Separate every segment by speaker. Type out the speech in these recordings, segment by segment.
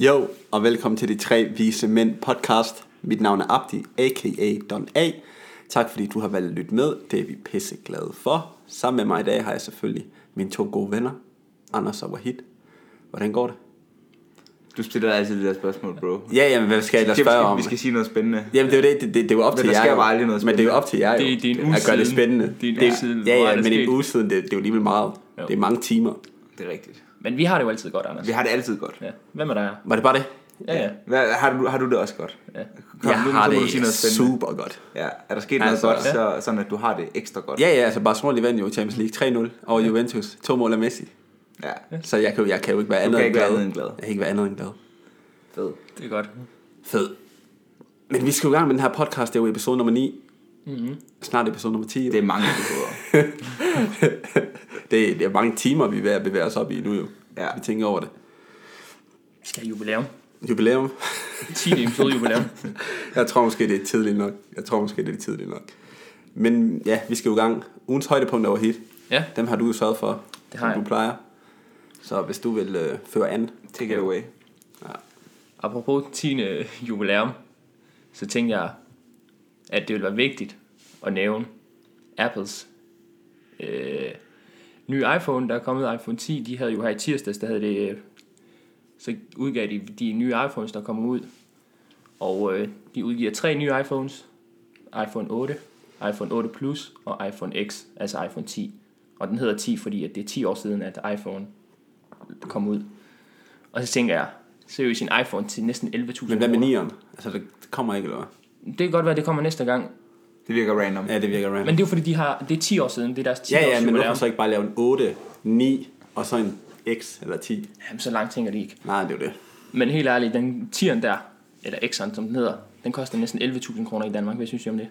Speaker 1: Jo, og velkommen til de tre vise mænd podcast. Mit navn er Abdi, a.k.a. Don A. Tak fordi du har valgt at lytte med. Det er vi pisseglade for. Sammen med mig i dag har jeg selvfølgelig mine to gode venner, Anders og Wahid. Hvordan går det?
Speaker 2: Du stiller altid det der spørgsmål, bro. Jeg
Speaker 1: Ja, jamen, hvad skal jeg ellers spørge om?
Speaker 2: Vi skal sige noget spændende.
Speaker 1: Jamen, det er jo det, det, det, det er jo op
Speaker 2: Men
Speaker 1: til
Speaker 2: der
Speaker 1: jer.
Speaker 2: sker
Speaker 1: jo.
Speaker 2: bare aldrig noget
Speaker 1: Men det er jo op til jer jo,
Speaker 3: Det- det er en uge
Speaker 1: at gøre det
Speaker 3: siden.
Speaker 1: spændende.
Speaker 3: Det er en uge siden.
Speaker 1: Ja,
Speaker 3: Hvor
Speaker 1: ja,
Speaker 3: er det
Speaker 1: men en
Speaker 3: sket?
Speaker 1: uge siden, det, det er jo alligevel meget.
Speaker 3: Jo.
Speaker 1: Det er mange timer.
Speaker 2: Det er rigtigt.
Speaker 3: Men vi har det jo altid godt, Anders.
Speaker 2: Vi har det altid godt.
Speaker 3: Ja. Hvad med dig?
Speaker 1: Var det bare det?
Speaker 3: Ja, ja.
Speaker 2: Hvad, har, du, har du det også godt?
Speaker 3: ja.
Speaker 2: Kom,
Speaker 1: jeg
Speaker 2: nu,
Speaker 1: har
Speaker 2: så må du sige
Speaker 1: det
Speaker 2: noget spændende.
Speaker 1: super godt.
Speaker 2: Ja, er der sket noget
Speaker 1: Altså,
Speaker 2: godt,
Speaker 3: ja.
Speaker 2: så, sådan at du har det ekstra godt?
Speaker 1: Ja, ja, altså Barcelona vandt jo Champions League 3-0 over Juventus. To mål af Messi.
Speaker 2: ja.
Speaker 1: Så jeg kan, jo- jeg kan jo ikke være andet, end,
Speaker 2: kan ikke være
Speaker 1: glad.
Speaker 2: andet end glad.
Speaker 1: Jeg kan ikke være andet end glad.
Speaker 2: Fed.
Speaker 3: Det er godt.
Speaker 1: Fed. Men vi skal jo i gang med den her podcast. Det er jo episode nummer 9. Mm-hmm. Snart episode nummer 10. jo.
Speaker 2: Mhm. Det er mange episoder.
Speaker 1: det, er, det er mange timer, vi er ved at bevæge os op i nu jo.
Speaker 2: Ja.
Speaker 1: Vi tænker over det.
Speaker 3: Vi skal have jubilæum.
Speaker 1: Jubilæum.
Speaker 3: 10 episode jubilæum.
Speaker 1: Jeg tror måske, det er tidligt nok. Jeg tror måske, det er tidligt nok. Men ja, vi skal jo i gang. Ugens højdepunkt over hit.
Speaker 3: Ja.
Speaker 1: Dem har du jo sørget for,
Speaker 3: Det har
Speaker 1: som
Speaker 3: jeg.
Speaker 1: du plejer. Så hvis du vil øh, føre an.
Speaker 2: Take it away.
Speaker 3: Apropos 10. jubilæum, så tænkte jeg, at det ville være vigtigt at nævne Apples øh, nye iPhone, der er kommet iPhone 10. De havde jo her i tirsdags, der havde det, øh, så udgav de de nye iPhones, der kommer ud. Og øh, de udgiver tre nye iPhones. iPhone 8, iPhone 8 Plus og iPhone X, altså iPhone 10. Og den hedder 10, fordi at det er 10 år siden, at iPhone kom ud. Og så tænker jeg, seriøst en iPhone til næsten 11.000
Speaker 1: Men hvad med
Speaker 3: kroner.
Speaker 1: nieren? Altså, det kommer ikke, eller hvad?
Speaker 3: Det kan godt være, det kommer næste gang.
Speaker 2: Det virker random.
Speaker 1: Ja, det virker random.
Speaker 3: Men det er jo fordi, de har, det er 10 år siden, det er deres 10
Speaker 1: Ja,
Speaker 3: års
Speaker 1: ja, men
Speaker 3: jubilæum.
Speaker 1: hvorfor så ikke bare lave en 8, 9 og så en X eller 10?
Speaker 3: Jamen, så langt tænker de ikke.
Speaker 1: Nej, det er jo det.
Speaker 3: Men helt ærligt, den 10'eren der, eller X'eren som den hedder, den koster næsten 11.000 kroner i Danmark. Hvad synes I om det?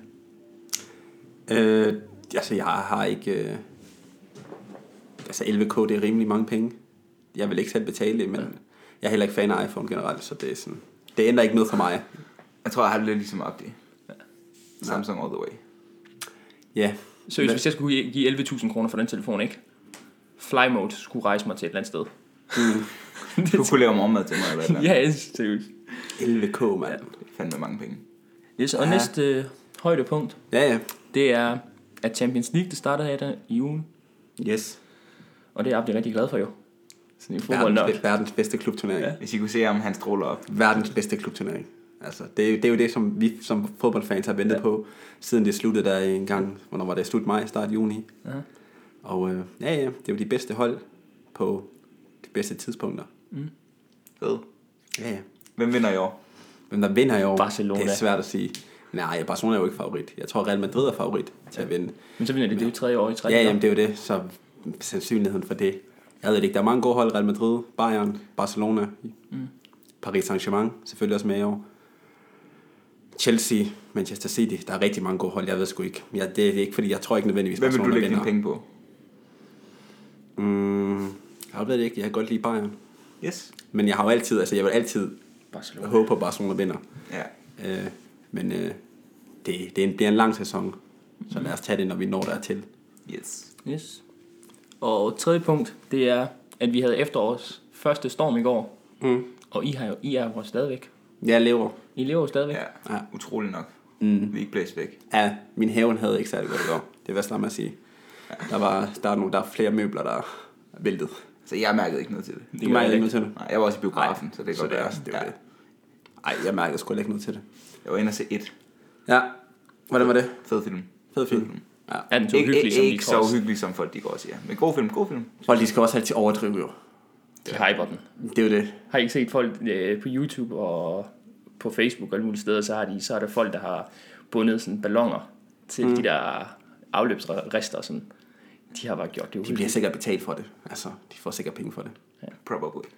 Speaker 1: Øh, altså, jeg har ikke... Øh, altså, 11K, det er rimelig mange penge. Jeg vil ikke selv betale det, men jeg er heller ikke fan af iPhone generelt, så det er sådan... Det ændrer ikke noget for mig.
Speaker 2: Jeg tror, jeg har det lidt ligesom Abdi. Samsung all the way.
Speaker 1: Ja.
Speaker 3: Seriøst, hvis jeg skulle give 11.000 kroner for den telefon, ikke? Fly mode skulle rejse mig til et eller andet sted.
Speaker 2: Du kunne lave morgenmad til mig eller et eller andet.
Speaker 3: Ja, yes, seriøst.
Speaker 1: 11K, mand.
Speaker 2: Det er Fandme mange penge.
Speaker 3: Yes, og
Speaker 1: Ja.
Speaker 3: ja. næste øh, højdepunkt,
Speaker 1: Ja, ja.
Speaker 3: det er, at Champions League, det startede her i dag- i ugen.
Speaker 1: Yes.
Speaker 3: Og det er jeg blevet rigtig glad for, jo. Sådan i fodbold nok.
Speaker 1: Verdens, verdens bedste klubturnering. Ja.
Speaker 3: Ja.
Speaker 2: Hvis I kunne se, om han stråler op.
Speaker 1: Verdens bedste klubturnering. Altså, det er, jo, det er jo det, som vi som fodboldfans har ventet ja. på, siden det sluttede der en gang, hvornår var det slut maj, start juni. Ja. Og øh, ja, ja, det er jo de bedste hold på de bedste tidspunkter.
Speaker 2: Fed.
Speaker 1: Ja, ja.
Speaker 2: Hvem vinder i år?
Speaker 1: Men der vinder i år,
Speaker 3: Barcelona.
Speaker 1: det er svært at sige. Nej, Barcelona er jo ikke favorit. Jeg tror, Real Madrid er favorit til at vinde.
Speaker 3: Men så vinder de det jo tredje år i tredje
Speaker 1: Ja, jamen, det er jo det, så sandsynligheden for det. Jeg ved det ikke, der er mange gode hold, Real Madrid, Bayern, Barcelona, mm. Paris Saint-Germain, selvfølgelig også med i år. Chelsea, Manchester City, der er rigtig mange gode hold, jeg ved sgu ikke. Jeg, det, det er ikke, fordi jeg tror ikke nødvendigvis,
Speaker 2: Hvem vil du
Speaker 1: Barcelona
Speaker 2: lægge dine
Speaker 1: vinder.
Speaker 2: penge på?
Speaker 1: Mm, jeg ved det ikke, jeg kan godt lide Bayern.
Speaker 2: Yes.
Speaker 1: Men jeg har jo altid, altså jeg vil altid
Speaker 3: Barcelona.
Speaker 1: håbe på, at Barcelona vinder.
Speaker 2: Ja.
Speaker 1: Øh, men øh, det, det bliver en lang sæson, så lad os tage det, når vi når dertil.
Speaker 2: Yes.
Speaker 3: Yes. Og tredje punkt, det er, at vi havde efterårs første storm i går.
Speaker 1: Mm.
Speaker 3: Og I, har jo, I er jo stadigvæk.
Speaker 1: Jeg lever.
Speaker 3: I lever jo stadigvæk.
Speaker 2: Ja,
Speaker 1: Ja.
Speaker 2: utrolig nok. Mm. Vi er ikke blæst væk.
Speaker 1: Ja, min haven havde ikke særlig godt i går. Det var slamt at sige. Der, var, der, er nogle, der er flere møbler, der er væltet.
Speaker 2: Så jeg mærkede ikke noget til det.
Speaker 1: Du
Speaker 3: gør jeg
Speaker 1: mærkede ikke
Speaker 3: ikke.
Speaker 1: noget til det?
Speaker 2: Nej, jeg var også i biografen, så det er
Speaker 1: Så
Speaker 2: godt
Speaker 1: det er
Speaker 2: være.
Speaker 1: også- det er jo det. Nej, jeg mærkede sgu heller ikke noget til det.
Speaker 2: Jeg var inde og se et
Speaker 1: Ja, hvordan var det?
Speaker 2: fed film.
Speaker 1: Fed
Speaker 2: Mhm.
Speaker 1: film. Ja.
Speaker 3: Er den så
Speaker 2: Ikke,
Speaker 3: uhyggelig,
Speaker 2: ikke,
Speaker 3: som de
Speaker 2: ikke så
Speaker 3: tror?
Speaker 2: uhyggelig som folk de går og siger. Men god film, god film.
Speaker 1: Og de skal også altid overdrive jo.
Speaker 3: De hyper den.
Speaker 1: Det er jo det.
Speaker 3: Har I ikke set folk øh, på YouTube og på Facebook og alle mulige steder, så, har de, så er der folk, der har bundet sådan ballonger til mm. de der afløbsrester og sådan. De har bare gjort det
Speaker 1: De
Speaker 3: uhyggeligt.
Speaker 1: bliver sikkert betalt for det. Altså, de får sikkert penge for det.
Speaker 2: Probably.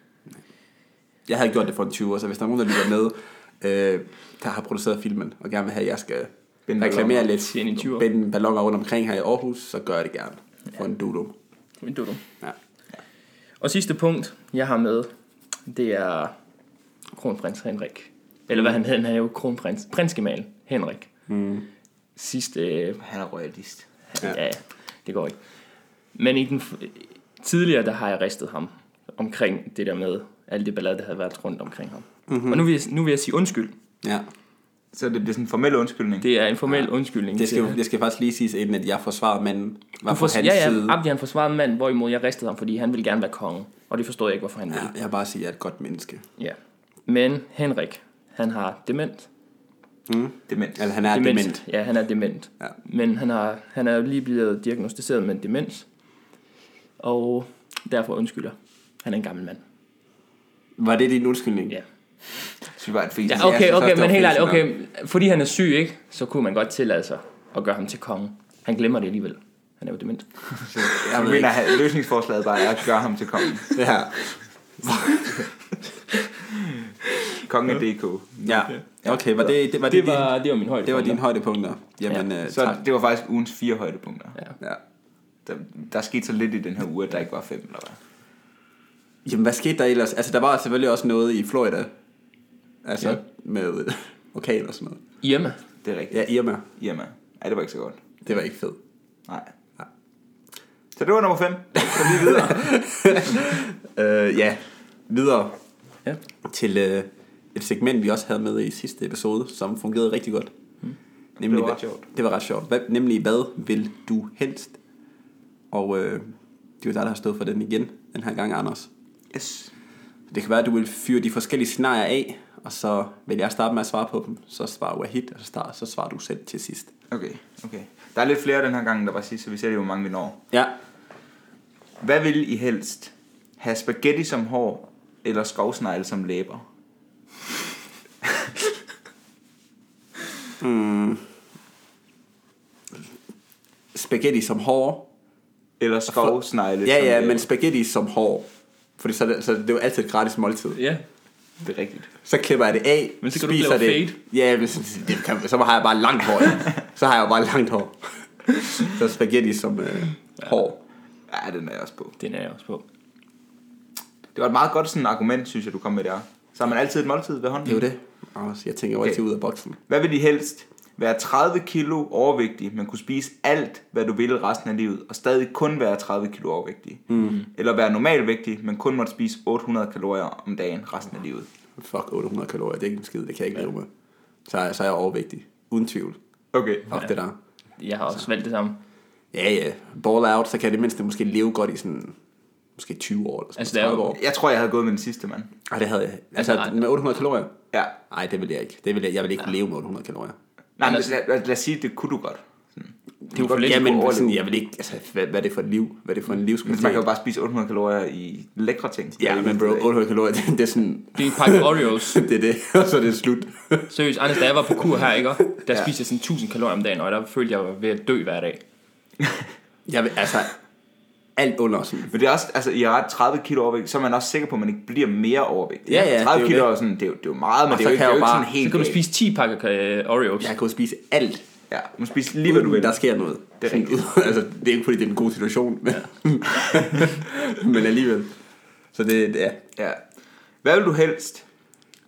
Speaker 1: Jeg havde gjort det for en 20 år, så hvis der er nogen, der lytter med, øh, der har produceret filmen, og gerne vil have, at jeg skal
Speaker 2: Binde
Speaker 1: reklamere
Speaker 2: balloner.
Speaker 1: lidt,
Speaker 3: Tjene en 20'er.
Speaker 1: binde balloner rundt omkring her i Aarhus, så gør jeg det gerne. For en dodo.
Speaker 3: Men det var dumt.
Speaker 1: Ja.
Speaker 3: Og sidste punkt, jeg har med, det er kronprins Henrik. Eller hvad han hedder, han er jo kronprins. Prinsgemal Henrik. Mm. Sidste, øh,
Speaker 2: Han er royalist.
Speaker 3: ja. ja, det går ikke. Men i den f- tidligere, der har jeg ristet ham omkring det der med, alt det ballade, der havde været rundt omkring ham.
Speaker 1: Mhm.
Speaker 3: Mm-hmm. Og nu vil, jeg, nu vil jeg sige undskyld.
Speaker 1: Ja.
Speaker 2: Så det bliver sådan en formel undskyldning.
Speaker 3: Det er en formel ja, undskyldning.
Speaker 1: Det skal,
Speaker 3: til-
Speaker 1: det skal faktisk lige siges inden, at jeg forsvarede manden. Var
Speaker 3: Du
Speaker 1: på
Speaker 3: for,
Speaker 1: hans
Speaker 3: ja, ja,
Speaker 1: side.
Speaker 3: Abdi han forsvarede manden, hvorimod jeg ristede ham, fordi han ville gerne være konge. Og det forstod jeg ikke, hvorfor han ville.
Speaker 1: Ja, jeg vil bare sige, at jeg er et godt menneske.
Speaker 3: Ja. Men Henrik, han har dement.
Speaker 2: Demens.
Speaker 1: Altså, han er dement. dement.
Speaker 3: Ja, han er dement.
Speaker 1: Ja.
Speaker 3: Men han, har, han er jo lige blevet diagnostiseret med demens. Og derfor undskylder. Han er en gammel mand.
Speaker 1: Var det din undskyldning?
Speaker 3: Ja.
Speaker 2: Så vi var et fæsen.
Speaker 3: Ja,
Speaker 1: altså, jeg
Speaker 3: okay,
Speaker 1: synes også,
Speaker 3: okay,
Speaker 1: det var
Speaker 3: men helt ærligt,
Speaker 1: fængsel
Speaker 3: okay, fordi han er syg, ikke, så kunne man godt tillade sig at gøre ham til konge. Han glemmer det alligevel. Han er jo dement.
Speaker 2: Jeg mener, at løsningsforslaget bare er at gøre ham til kongen.
Speaker 1: Ja.
Speaker 2: Kongen af DK.
Speaker 1: ja. Okay, var det, det, var det,
Speaker 3: Det
Speaker 1: det,
Speaker 3: var,
Speaker 1: var,
Speaker 3: det var min højde.
Speaker 1: det var dine højdepunkter? Jamen, ja. øh,
Speaker 2: Så
Speaker 1: tak.
Speaker 2: det var faktisk ugens fire højdepunkter.
Speaker 1: Ja.
Speaker 2: Der, der skete så lidt i den her uge, at der ikke var fem, eller hvad?
Speaker 1: Jamen, hvad skete der ellers? Altså, der var selvfølgelig også noget i Florida. Altså,
Speaker 3: Ja.
Speaker 1: ja. med orkan og sådan noget.
Speaker 3: Irma.
Speaker 2: Det er rigtigt.
Speaker 1: Ja, Irma.
Speaker 2: Irma. Ej, det var ikke så godt.
Speaker 1: Det var ikke fedt.
Speaker 2: Nej.
Speaker 1: Nej.
Speaker 2: Så det var nummer 5. Så lige videre.
Speaker 1: Øh, ja, videre
Speaker 3: Ja.
Speaker 1: til øh, et segment, vi også havde med i sidste episode, som fungerede rigtig godt. Mm.
Speaker 2: Hmm. Det var ret
Speaker 1: hvad-
Speaker 2: sjovt.
Speaker 1: Det var ret sjovt. Hvad, nemlig, hvad vil du helst? Og øh, det er jo dig, der har stået for den igen, den her gang, Anders.
Speaker 2: Yes.
Speaker 1: Det kan være, at du vil fyre de forskellige scenarier af, og så vil jeg starte med at svare på dem. Så svarer Wahid, og så, start, så svarer du selv til sidst.
Speaker 2: Okay, okay. Der er lidt flere den her gang, end der var sidst, så vi ser lige, hvor mange vi når.
Speaker 1: Ja,
Speaker 2: Hvad vil I helst? Have spaghetti som hår, eller skovsnegle som læber?
Speaker 1: spaghetti som hår.
Speaker 2: Eller skovsnegle
Speaker 1: Ja,
Speaker 2: som
Speaker 1: ja,
Speaker 2: læber?
Speaker 3: øh,
Speaker 1: men spaghetti som hår. Fordi så, er det- så er det er jo altid et gratis måltid.
Speaker 3: Ja.
Speaker 2: Det er rigtigt.
Speaker 1: Så klipper jeg det af,
Speaker 3: Men så kan du
Speaker 1: spiser
Speaker 3: ikke lave
Speaker 1: det. Ja, men så, det kan, så har jeg bare langt hår. så har jeg jo bare langt hår. så spaghetti som øh, hår.
Speaker 2: Ja, den er jeg også på.
Speaker 3: Den er jeg også på.
Speaker 2: Det var et meget godt sådan argument, synes jeg, du kom med der. Så har man altid et måltid ved hånden.
Speaker 1: Det er jo det. Anders, jeg tænker jo altid ud af boksen.
Speaker 2: Hvad vil de helst? Være 30 kilo overvægtig, men kunne spise alt, hvad du ville resten af livet, og stadig kun være 30 kilo overvægtig. Mm. Eller være normalvægtig, men kun måtte spise 800 kalorier om dagen resten af livet.
Speaker 1: Fuck, 800 kalorier, det er ikke en skid, det kan jeg ikke leve med. Så er, så er jeg overvægtig. Uden tvivl.
Speaker 2: Okay.
Speaker 1: Fuck ja. det der.
Speaker 3: Jeg har også valgt det samme.
Speaker 1: Ja, ja. Ball out, så kan jeg det mindste måske leve godt i sådan... Måske 20 år eller sådan
Speaker 3: Altså, det er jo-
Speaker 1: 30 år.
Speaker 2: Jeg tror, jeg havde gået med den sidste, mand.
Speaker 1: Ej, det havde jeg. Altså,
Speaker 3: nej.
Speaker 1: med 800 kalorier?
Speaker 2: Ja.
Speaker 1: Nej, det vil jeg ikke. Det vil jeg, jeg vil ikke kunne leve med 800 kalorier.
Speaker 2: Nej, men
Speaker 3: Anders-
Speaker 1: Altså-
Speaker 2: lad, lad, lad os sige, det kunne du godt.
Speaker 3: Det er jo for
Speaker 2: Godt,
Speaker 3: lidt.
Speaker 1: Ja, men
Speaker 2: overleve.
Speaker 1: sådan, jeg vil ikke... Altså, hvad, hvad er det for et liv? Hvad er det for en
Speaker 2: Men man
Speaker 1: livskvalitet?
Speaker 2: kan jo bare spise 800 kalorier i lækre ting.
Speaker 1: Ja, men bro, 800 kalorier, det, det er sådan...
Speaker 3: Det er en pakke Oreos.
Speaker 1: Det er det, og så er det slut.
Speaker 3: Seriøst, Anders, da jeg var på kur her, ikke? Der ja. spiste jeg sådan 1000 kalorier om dagen, og der følte jeg, jeg var ved at dø hver dag.
Speaker 1: Jeg vil, altså, alt under sådan...
Speaker 2: Men det er også, altså i er ret 30 kilo overvægt, så er man også sikker på, at man ikke bliver mere overvægtig.
Speaker 1: Ja, ja, det er
Speaker 2: 30
Speaker 1: jo
Speaker 2: kilo
Speaker 1: det.
Speaker 2: er sådan, det er jo, det er jo meget, men
Speaker 1: Og
Speaker 2: det
Speaker 1: så
Speaker 2: er jo ikke,
Speaker 1: kan
Speaker 2: det er
Speaker 1: jeg
Speaker 2: jo
Speaker 1: jo
Speaker 2: ikke sådan
Speaker 1: bare-
Speaker 2: helt
Speaker 3: Så kan du
Speaker 2: galt.
Speaker 3: spise 10 pakker øh, Oreos.
Speaker 1: Jeg kan jo spise alt,
Speaker 2: Ja, du må spise lige, hvad du vil.
Speaker 1: der sker noget.
Speaker 2: Det er
Speaker 1: Sådan
Speaker 2: rigtigt.
Speaker 1: ud- altså, det er ikke fordi, det er en god situation, men, men alligevel. Så det, ja.
Speaker 2: Ja. Hvad vil du helst?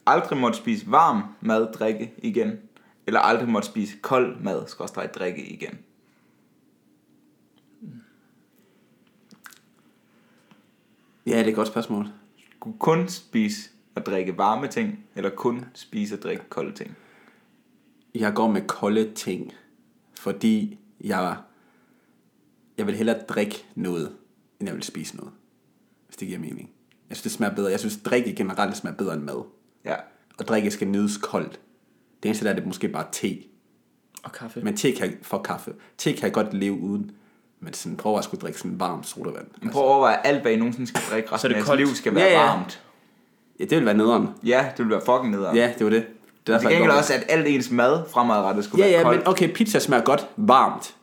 Speaker 2: Aldrig måtte spise varm mad, drikke igen. Eller aldrig måtte spise kold mad, skråstrej, drikke igen.
Speaker 1: ja, det er et godt spørgsmål.
Speaker 2: Skulle kun spise og drikke varme ting, eller kun spise og drikke kolde ting.
Speaker 1: Jeg går med kolde ting, fordi jeg, jeg vil hellere drikke noget, end jeg vil spise noget. Hvis det giver mening. Jeg synes, det smager bedre. Jeg synes, drikke generelt smager bedre end mad.
Speaker 2: Ja.
Speaker 1: Og drikke skal nydes koldt. Det eneste der er, det er måske bare te.
Speaker 3: Og kaffe. Men,
Speaker 1: Men te kan jeg, for kaffe. Te kan jeg godt leve uden. Men sådan, prøv at skulle drikke sådan varm sodavand.
Speaker 2: Men prøv at overveje, alt hvad I nogensinde skal drikke
Speaker 3: Så er
Speaker 2: resten
Speaker 3: det
Speaker 2: af jeres
Speaker 3: koldt.
Speaker 2: liv skal være
Speaker 1: Ja,
Speaker 2: ja,
Speaker 1: ja.
Speaker 2: ja. varmt.
Speaker 1: Ja, det vil være nederen.
Speaker 2: Ja, det vil være fucking nederen.
Speaker 1: Ja, det var det. Det er
Speaker 2: Til
Speaker 1: derfor, jeg
Speaker 2: gengæld
Speaker 1: går med-
Speaker 2: også, at alt ens mad fremadrettet skulle
Speaker 1: Ja,
Speaker 2: være
Speaker 1: ja,
Speaker 2: koldt.
Speaker 1: men okay, pizza smager godt varmt.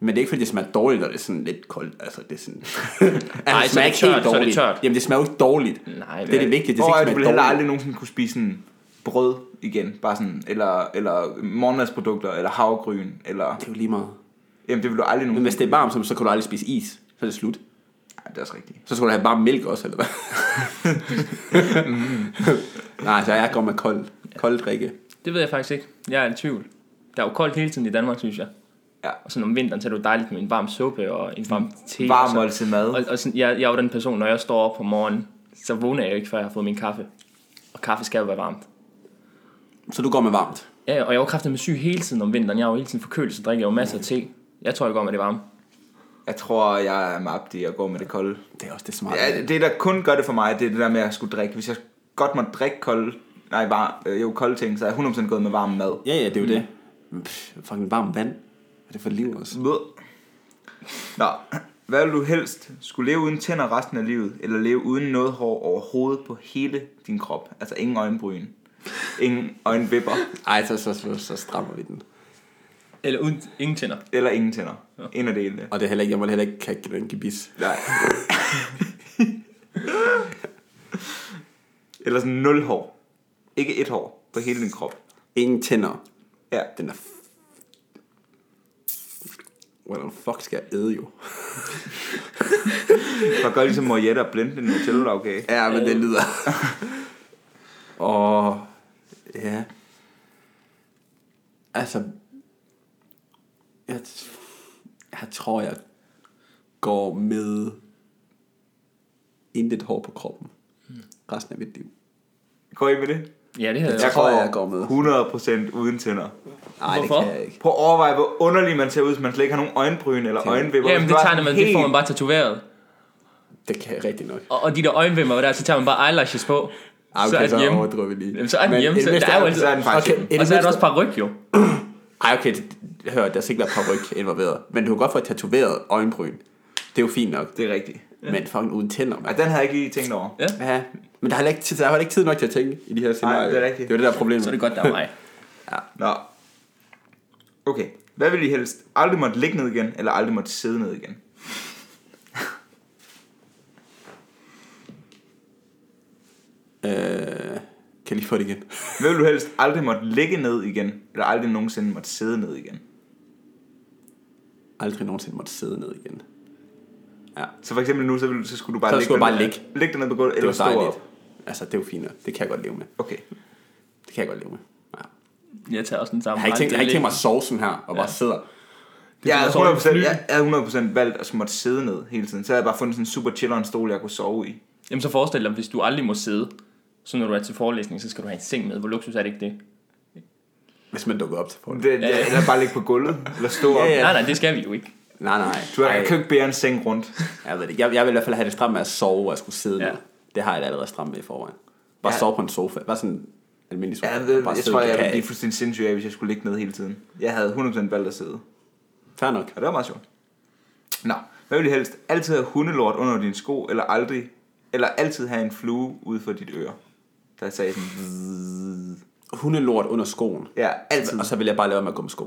Speaker 1: Men det er ikke, fordi det smager dårligt, når det er sådan lidt koldt. Altså, det er sådan... altså,
Speaker 3: så er det
Speaker 1: smager ikke helt
Speaker 3: tørt, så er det
Speaker 1: dårligt.
Speaker 3: tørt.
Speaker 1: Jamen, det smager jo ikke dårligt.
Speaker 3: Nej,
Speaker 1: det er det
Speaker 3: men-
Speaker 1: vigtige. Det
Speaker 2: Hvor
Speaker 1: skal ikke
Speaker 2: er
Speaker 1: smage
Speaker 2: du ville heller
Speaker 1: dårligt.
Speaker 2: aldrig nogensinde kunne spise sådan brød igen, bare sådan, eller, eller morgenmadsprodukter, eller havregryn, eller...
Speaker 1: Det er jo lige meget.
Speaker 2: Jamen, det vil du aldrig
Speaker 1: Men
Speaker 2: nogensinde...
Speaker 1: hvis det er varmt, så, så kan du aldrig spise is. Så er det slut.
Speaker 2: Ja, det er også rigtigt.
Speaker 1: Så skulle du have varm mælk også, eller hvad? Nej, så jeg går med kold, kold drikke.
Speaker 3: det ved jeg faktisk ikke. Jeg er i tvivl. Der er jo koldt hele tiden i Danmark, synes jeg.
Speaker 2: Ja. Mm.
Speaker 3: Og sådan om vinteren, så er det jo dejligt med en varm suppe og en varm te. og
Speaker 2: Varm
Speaker 3: så-
Speaker 2: måltid mad.
Speaker 3: Og, og sådan, jeg, jeg er jo den person, når jeg står op om morgenen, så vågner jeg jo ikke, før jeg har fået min kaffe. Og kaffe skal jo være varmt.
Speaker 1: Så du går med varmt.
Speaker 3: Ja, og jeg var kraftig med syg hele tiden om vinteren. Jeg var hele tiden forkølet, så drikker jeg jo masser af te. Jeg tror, jeg går med det varme.
Speaker 2: Jeg tror, jeg er maptig og går med det kolde.
Speaker 1: Det er også det smarte.
Speaker 2: Ja, det, der kun gør det for mig, det er det der med, at jeg skulle drikke. Hvis jeg godt måtte drikke kolde, nej, var, øh, jo, kolde ting, så er jeg 100% gået med varm mad.
Speaker 1: ja, ja det er jo det. Men Pff, fucking varmt vand. Hvad er det for liv også?
Speaker 2: Blød. Nå, hvad vil du helst? Skulle leve uden tænder resten af livet, eller leve uden noget hår overhovedet på hele din krop? Altså ingen øjenbryn, ingen øjenvipper,
Speaker 1: Ej, så, så, så, så strammer vi den.
Speaker 3: Eller uden, ingen tænder.
Speaker 2: eller ingen tænder. En af delene.
Speaker 1: Og det er heller ikke, jeg må heller ikke kan give en gebis.
Speaker 2: Nej. eller sådan nul hår. Ikke et hår på hele din krop.
Speaker 1: Ingen tænder.
Speaker 2: Ja,
Speaker 1: Den er... F- Hvordan fuck skal jeg æde jo?
Speaker 2: så gør ligesom Marietta og blende en Nutella-kage.
Speaker 1: Ja, men det lyder... og... Ja... Altså... Jeg, jeg tror, jeg går med intet hår på kroppen
Speaker 3: Mm.
Speaker 1: resten af mit liv.
Speaker 2: Går I med det?
Speaker 3: Ja, det havde jeg
Speaker 1: Jeg
Speaker 3: også.
Speaker 1: tror, jeg går med.
Speaker 2: 100% uden tænder.
Speaker 1: Nej, det
Speaker 3: Hvorfor?
Speaker 1: kan jeg ikke.
Speaker 2: Prøv at overveje, hvor underlig man ser ud, hvis man slet ikke har nogen øjenbryn eller øjenvipper.
Speaker 3: Jamen,
Speaker 2: Hvis
Speaker 3: det
Speaker 2: du har
Speaker 3: tegner man,
Speaker 2: sådan
Speaker 3: det får
Speaker 2: helt-
Speaker 3: man bare tatoveret.
Speaker 1: Det kan jeg rigtig nok.
Speaker 3: Og, og de der øjenvimmer der, så tager man bare eyelashes på.
Speaker 1: Ej,
Speaker 3: så er den hjemme.
Speaker 1: overdriver vi lige.
Speaker 3: Jamen, så er den hjemme,
Speaker 1: i det
Speaker 3: så
Speaker 1: mindste
Speaker 3: der er jo
Speaker 1: det-
Speaker 3: altid-
Speaker 2: så er den faktisk
Speaker 1: Okay,
Speaker 2: hjemme.
Speaker 1: i
Speaker 3: Og så er der
Speaker 1: mindste-
Speaker 3: også par ryg, jo.
Speaker 1: Ej, okay, det- hør, der skal ikke være paryk involveret. Men du kan godt få et tatoveret øjenbryn. Det er jo fint nok.
Speaker 2: Det er rigtigt.
Speaker 1: Men fucking uden tænder,
Speaker 2: Ej,
Speaker 1: mand.
Speaker 2: den havde jeg ikke lige tænkt over.
Speaker 3: Ja.
Speaker 1: Ja, men der er heller ikke, tid- der er heller ikke tid nok til at tænke i de her scenarier.
Speaker 2: det er rigtigt.
Speaker 1: Det er jo det, der er problemet.
Speaker 3: Så er det godt, der er mig.
Speaker 2: Nå. Okay. Hvad vil I helst? Aldrig måtte ligge ned igen, eller aldrig måtte sidde ned igen?
Speaker 1: Øh, kan jeg lige få det igen?
Speaker 2: Hvad vil du helst? Aldrig måtte ligge ned igen, eller aldrig nogensinde måtte sidde ned igen?
Speaker 1: Aldrig nogensinde måtte sidde ned igen. Ja,
Speaker 2: Så for eksempel nu, så, ville, du- så skulle du bare
Speaker 1: Så
Speaker 2: ligge
Speaker 1: skulle jeg
Speaker 2: dig
Speaker 1: bare
Speaker 2: ned-
Speaker 1: ligge.
Speaker 2: Ligge dig ned på gulvet,
Speaker 1: det er
Speaker 2: eller
Speaker 1: jo
Speaker 2: stå
Speaker 1: dejligt.
Speaker 2: op.
Speaker 1: Altså, det er jo fint nok. Det kan jeg godt leve med.
Speaker 2: Okay.
Speaker 1: Det kan jeg godt leve med. Ja.
Speaker 3: Jeg tager også den samme.
Speaker 1: Jeg har ikke tænkt, jeg har ikke tænkt mig at sove sådan her og bare
Speaker 3: Ja.
Speaker 1: sidder.
Speaker 2: Jeg
Speaker 3: som
Speaker 2: havde
Speaker 3: at sove i et
Speaker 2: 100%,
Speaker 3: fly.
Speaker 2: jeg, jeg havde 100% valgt at måtte sidde ned hele tiden. Så havde jeg bare fundet sådan en super chilleren stol, jeg kunne sove i.
Speaker 3: Jamen så forestil dig, hvis du aldrig må sidde, så når du er til forelæsning, så skal du have en seng med. Hvor luksus er det ikke det?
Speaker 1: Hvis man dukker op til folk.
Speaker 2: Det, det,
Speaker 3: ja.
Speaker 2: eller bare ligge på gulvet, eller stå op.
Speaker 1: Ja.
Speaker 3: Ja. Nej, nej, det skal vi jo ikke.
Speaker 1: Nej, nej.
Speaker 2: Du har,
Speaker 1: Ej.
Speaker 2: jeg kan jo ikke bære en seng rundt.
Speaker 1: Jeg ved det. ikke. Jeg, jeg vil i hvert fald have det stramt med at sove, og at skulle sidde
Speaker 3: Ja.
Speaker 1: ja. Det har jeg det allerede stramt med i forvejen. Bare
Speaker 2: Ja.
Speaker 1: ja. sove på en sofa. Bare sådan en almindelig sofa.
Speaker 2: Ja, det,
Speaker 1: bare
Speaker 2: jeg
Speaker 1: sidde,
Speaker 2: tror,
Speaker 1: det
Speaker 2: jeg
Speaker 1: kan
Speaker 2: ville blive
Speaker 1: ikke.
Speaker 2: fuldstændig sindssyg af, hvis jeg skulle ligge ned hele tiden. Jeg havde 100% valgt at sidde.
Speaker 1: Fair nok.
Speaker 2: Og det var meget sjovt. Nå, hvad vil du helst? Altid have hundelort under dine sko, eller aldrig, eller altid have en flue ude for dit øre? Der sagde sådan,
Speaker 1: Hundelort under skoen.
Speaker 2: ja, altid.
Speaker 1: Og så vil jeg bare lave med at gå med sko.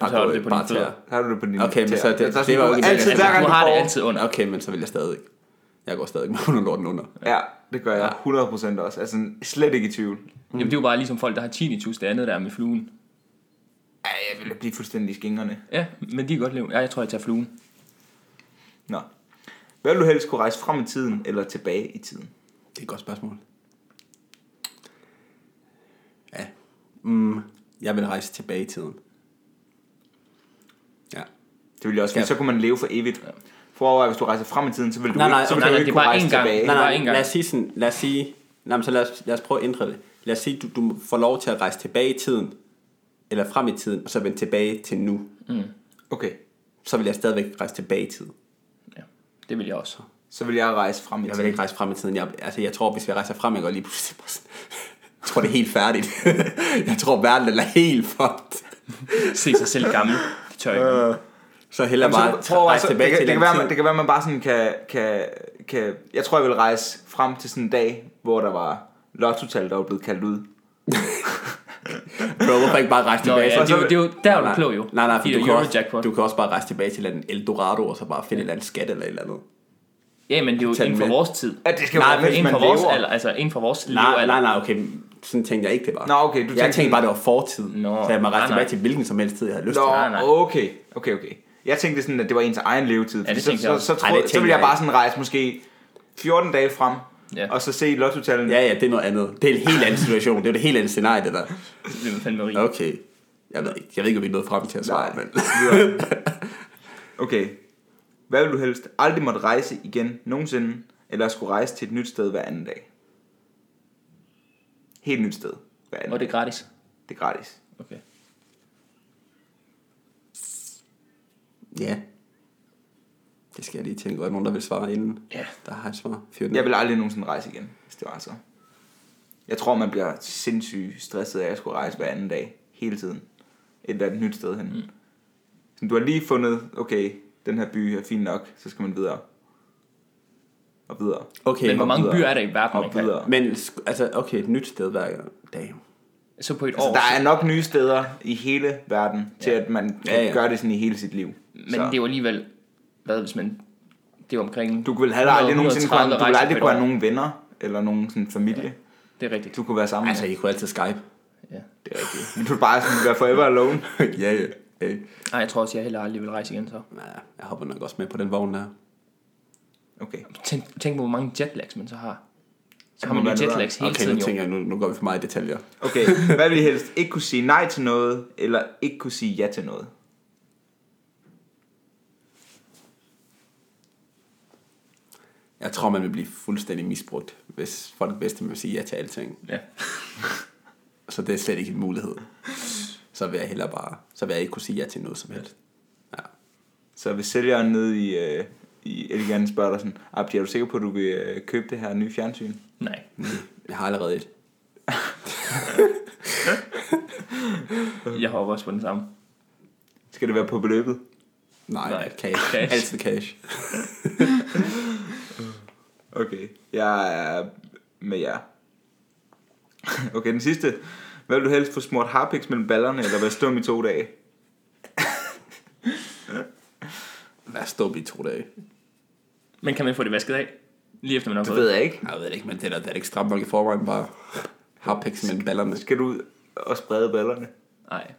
Speaker 3: Jamen, så
Speaker 1: gå
Speaker 3: er det
Speaker 1: i
Speaker 3: det på
Speaker 1: bare
Speaker 3: dine fødder.
Speaker 1: tæer.
Speaker 2: Så har du det på dine
Speaker 1: Okay, men
Speaker 2: tæer.
Speaker 1: så det-
Speaker 2: Der er sådan,
Speaker 1: det var
Speaker 2: du
Speaker 1: jo ikke en
Speaker 2: altid,
Speaker 1: del af
Speaker 2: hver gang
Speaker 3: Altså, Du
Speaker 2: du
Speaker 3: har det
Speaker 2: får-
Speaker 3: altid under.
Speaker 1: Okay, men så vil jeg stadig. Jeg går stadig med hundelorten under.
Speaker 2: Ja, det gør jeg 100% også. Altså, slet ikke i tvivl.
Speaker 3: Jamen det er jo bare ligesom folk, der har tinnitus, det andet der med fluen.
Speaker 2: Ej, jeg ville blive fuldstændig i skingerne.
Speaker 3: Ja, men de kan godt leve. Ja, jeg tror, jeg tager fluen.
Speaker 2: Nå. Hvad vil du helst kunne rejse frem i tiden, eller tilbage i tiden?
Speaker 1: Det er et godt spørgsmål. Ja. Mm, jeg vil rejse tilbage i tiden. Ja.
Speaker 2: Det ville jeg også,
Speaker 1: Ja.
Speaker 2: ja. så kunne man leve for evigt. For overvej, hvis du rejser frem i tiden, så vil du
Speaker 1: Nej,
Speaker 2: ikke,
Speaker 1: nej,
Speaker 2: så vil
Speaker 1: nej,
Speaker 2: du
Speaker 1: nej,
Speaker 2: ikke
Speaker 3: det er
Speaker 2: kunne
Speaker 3: bare
Speaker 2: rejse
Speaker 3: én gang.
Speaker 2: tilbage.
Speaker 1: Nej,
Speaker 3: Bare
Speaker 1: nej,
Speaker 3: én gang.
Speaker 1: lad os sige sådan, lad os sige, nej, men så lad os, lad os prøve at ændre det. Lad os sige, du, du får lov til at rejse tilbage i tiden, eller frem i tiden, og så vende tilbage til nu.
Speaker 2: Okay,
Speaker 1: Så vil jeg stadigvæk rejse tilbage i tiden.
Speaker 3: Ja, det vil jeg også.
Speaker 2: så vil jeg rejse frem i
Speaker 1: Jeg vil
Speaker 2: tiden.
Speaker 1: ikke rejse frem i tiden. Jeg, altså, jeg tror, hvis jeg rejser frem, jeg går lige pludselig bare sådan, jeg tror, det er helt færdigt. jeg tror, verden er helt fucked.
Speaker 3: Se sig selv gammel. Det tør jeg ikke.
Speaker 1: Øh, Så hellere
Speaker 2: Jamen,
Speaker 1: bare
Speaker 2: så prøv at
Speaker 1: rejse
Speaker 2: rejse det,
Speaker 1: tilbage
Speaker 2: kan,
Speaker 1: til
Speaker 2: det, kan
Speaker 1: den
Speaker 2: være,
Speaker 1: tid.
Speaker 2: man, det kan være, man bare sådan kan, kan, kan... Jeg tror, jeg vil rejse frem til sådan en dag, hvor der var lottotal, der var blevet kaldt ud.
Speaker 1: Bro, hvorfor ikke bare rejse
Speaker 3: Nå,
Speaker 1: tilbage?
Speaker 3: ja, det, er jo, det er jo, der er du
Speaker 1: Nej,
Speaker 3: klog jo.
Speaker 1: Nej, nej, for
Speaker 3: De
Speaker 1: du
Speaker 3: der
Speaker 1: kan, også,
Speaker 3: Eurojackpot.
Speaker 1: du kan også bare rejse tilbage til et eller andet Eldorado, og så bare finde et eller andet skat eller et eller andet.
Speaker 3: Ja, men det er jo
Speaker 1: Tag den
Speaker 3: inden for
Speaker 1: med.
Speaker 3: vores tid.
Speaker 2: Ja, det skal jo
Speaker 1: Nej,
Speaker 2: være,
Speaker 1: men
Speaker 2: mens
Speaker 3: Inden
Speaker 2: man
Speaker 3: for vores
Speaker 2: lever.
Speaker 3: alder, altså inden for vores
Speaker 1: Nej, nej,
Speaker 3: levealder.
Speaker 1: nej, okay. Sådan tænkte jeg ikke, det var.
Speaker 2: Nå, okay, du
Speaker 1: jeg
Speaker 2: tænkte
Speaker 1: tænkte
Speaker 2: sådan-
Speaker 1: bare, det var fortid.
Speaker 3: Nå,
Speaker 1: så jeg må
Speaker 3: nej,
Speaker 1: rejse tilbage
Speaker 3: nej.
Speaker 1: til hvilken som helst tid, jeg havde lyst til.
Speaker 3: Nej, nej.
Speaker 2: Nå, okay, okay, okay. Jeg tænkte sådan, at det var ens egen levetid. fordi
Speaker 3: det
Speaker 2: så,
Speaker 3: tænkte
Speaker 2: så,
Speaker 3: jeg
Speaker 2: så,
Speaker 3: også.
Speaker 2: så,
Speaker 1: Ej, det
Speaker 2: troede, så
Speaker 1: tænkte
Speaker 2: ville jeg
Speaker 1: jeg
Speaker 2: bare
Speaker 1: ikke.
Speaker 2: sådan rejse måske 14 dage frem,
Speaker 3: Ja.
Speaker 2: og så se lottotallen.
Speaker 1: Ja, ja, det er noget andet. Det er en helt anden situation. Det er jo det helt andet scenarie, det der.
Speaker 3: Det er fandme rig.
Speaker 1: Okay. Jeg ved ikke, jeg ved ikke, om vi er nået frem til at svare,
Speaker 2: Nej.
Speaker 1: men...
Speaker 2: Okay. Hvad vil du helst? Aldrig måtte rejse igen nogensinde, eller at skulle rejse til et nyt sted hver anden dag. Helt nyt sted hver anden
Speaker 3: Og det er gratis.
Speaker 2: dag. Det er gratis.
Speaker 3: Okay.
Speaker 1: Ja. Det skal jeg lige tænke. Er der nogen, der vil svare inden?
Speaker 3: Ja.
Speaker 1: Der har et svar. Fyr den.
Speaker 2: Jeg vil aldrig nogensinde rejse igen, hvis det var så. Jeg tror, man bliver sindssygt stresset af at skulle rejse hver anden dag. Hele tiden. Et eller andet nyt sted hen. Mm. Så du har lige fundet, okay, den her by er fin nok, så skal man videre. Og videre.
Speaker 1: Okay,
Speaker 3: Men hvor
Speaker 1: men,
Speaker 3: mange
Speaker 2: videre.
Speaker 3: byer er der i verden, man
Speaker 2: Og
Speaker 3: kan?
Speaker 2: videre.
Speaker 1: men sk- altså, okay, et nyt sted hver dag.
Speaker 3: Så på et
Speaker 2: Altså,
Speaker 3: år.
Speaker 2: der er nok nye steder i hele verden, til at man kan
Speaker 1: Ja,
Speaker 2: ja,
Speaker 1: ja.
Speaker 2: ja. gøre det sådan i hele sit liv.
Speaker 3: Men det er jo alligevel, hvad hvis man, det er jo omkring,
Speaker 2: Du vil heller aldrig
Speaker 3: 100,
Speaker 2: nogensinde kunne, du
Speaker 3: 130
Speaker 2: vil aldrig
Speaker 3: rejser
Speaker 2: kunne
Speaker 3: på
Speaker 2: have
Speaker 3: et år.
Speaker 2: nogen venner, eller nogen sådan familie. Ja.
Speaker 3: det er rigtigt.
Speaker 2: Du kunne være sammen
Speaker 1: Altså,
Speaker 2: med.
Speaker 1: I kunne altid Skype.
Speaker 3: Ja.
Speaker 2: Det er rigtigt. Men du vil bare sådan være forever alone.
Speaker 1: ja, ja. Hey.
Speaker 3: Ej, jeg tror også, jeg heller aldrig vil rejse igen så.
Speaker 1: Ja, jeg hopper nok også med på den vogn der.
Speaker 2: Okay.
Speaker 3: Tænk, tænk på, hvor mange jetlags man så har. Så har
Speaker 2: må
Speaker 3: man jo
Speaker 2: være noget
Speaker 3: jetlags hele
Speaker 1: okay,
Speaker 3: tiden
Speaker 1: nu
Speaker 3: jo.
Speaker 1: tænker jeg, nu, nu går vi for meget i detaljer.
Speaker 2: Okay, hvad vil I helst? Ikke kunne sige nej til noget, eller ikke kunne sige ja til noget?
Speaker 1: Jeg tror, man vil blive fuldstændig misbrugt, hvis for det bedste man vil sige ja til alting.
Speaker 3: Ja.
Speaker 1: Så det er slet ikke en mulighed. Så vil jeg hellere bare, så vil jeg ikke kunne sige ja til noget som helst. Ja.
Speaker 2: Så hvis sælgeren nede i, øh, i Elgiganten spørger dig sådan, Abdi, er du sikker på, at du vil øh, købe det her nye fjernsyn?
Speaker 3: Nej.
Speaker 1: Mm. Jeg har allerede et.
Speaker 3: Jeg hopper også på den samme.
Speaker 2: Skal det være på beløbet?
Speaker 1: Nej,
Speaker 3: Nej,
Speaker 1: Nej. cash.
Speaker 3: cash.
Speaker 1: Altid cash.
Speaker 2: Okay, jeg er med jer. Okay, den sidste. Hvad vil du helst få smurt harpiks mellem ballerne, eller være stum i to dage?
Speaker 1: Lad os stå i to dage.
Speaker 3: Men kan man få det vasket af? Lige efter man har
Speaker 2: Det
Speaker 3: fået
Speaker 2: ved
Speaker 3: det.
Speaker 2: jeg ikke.
Speaker 1: Jeg ved det ikke, men det er da det er da ikke stramt nok i forvejen, bare harpiks mellem ballerne.
Speaker 2: Skal du ud og sprede ballerne?
Speaker 3: Nej.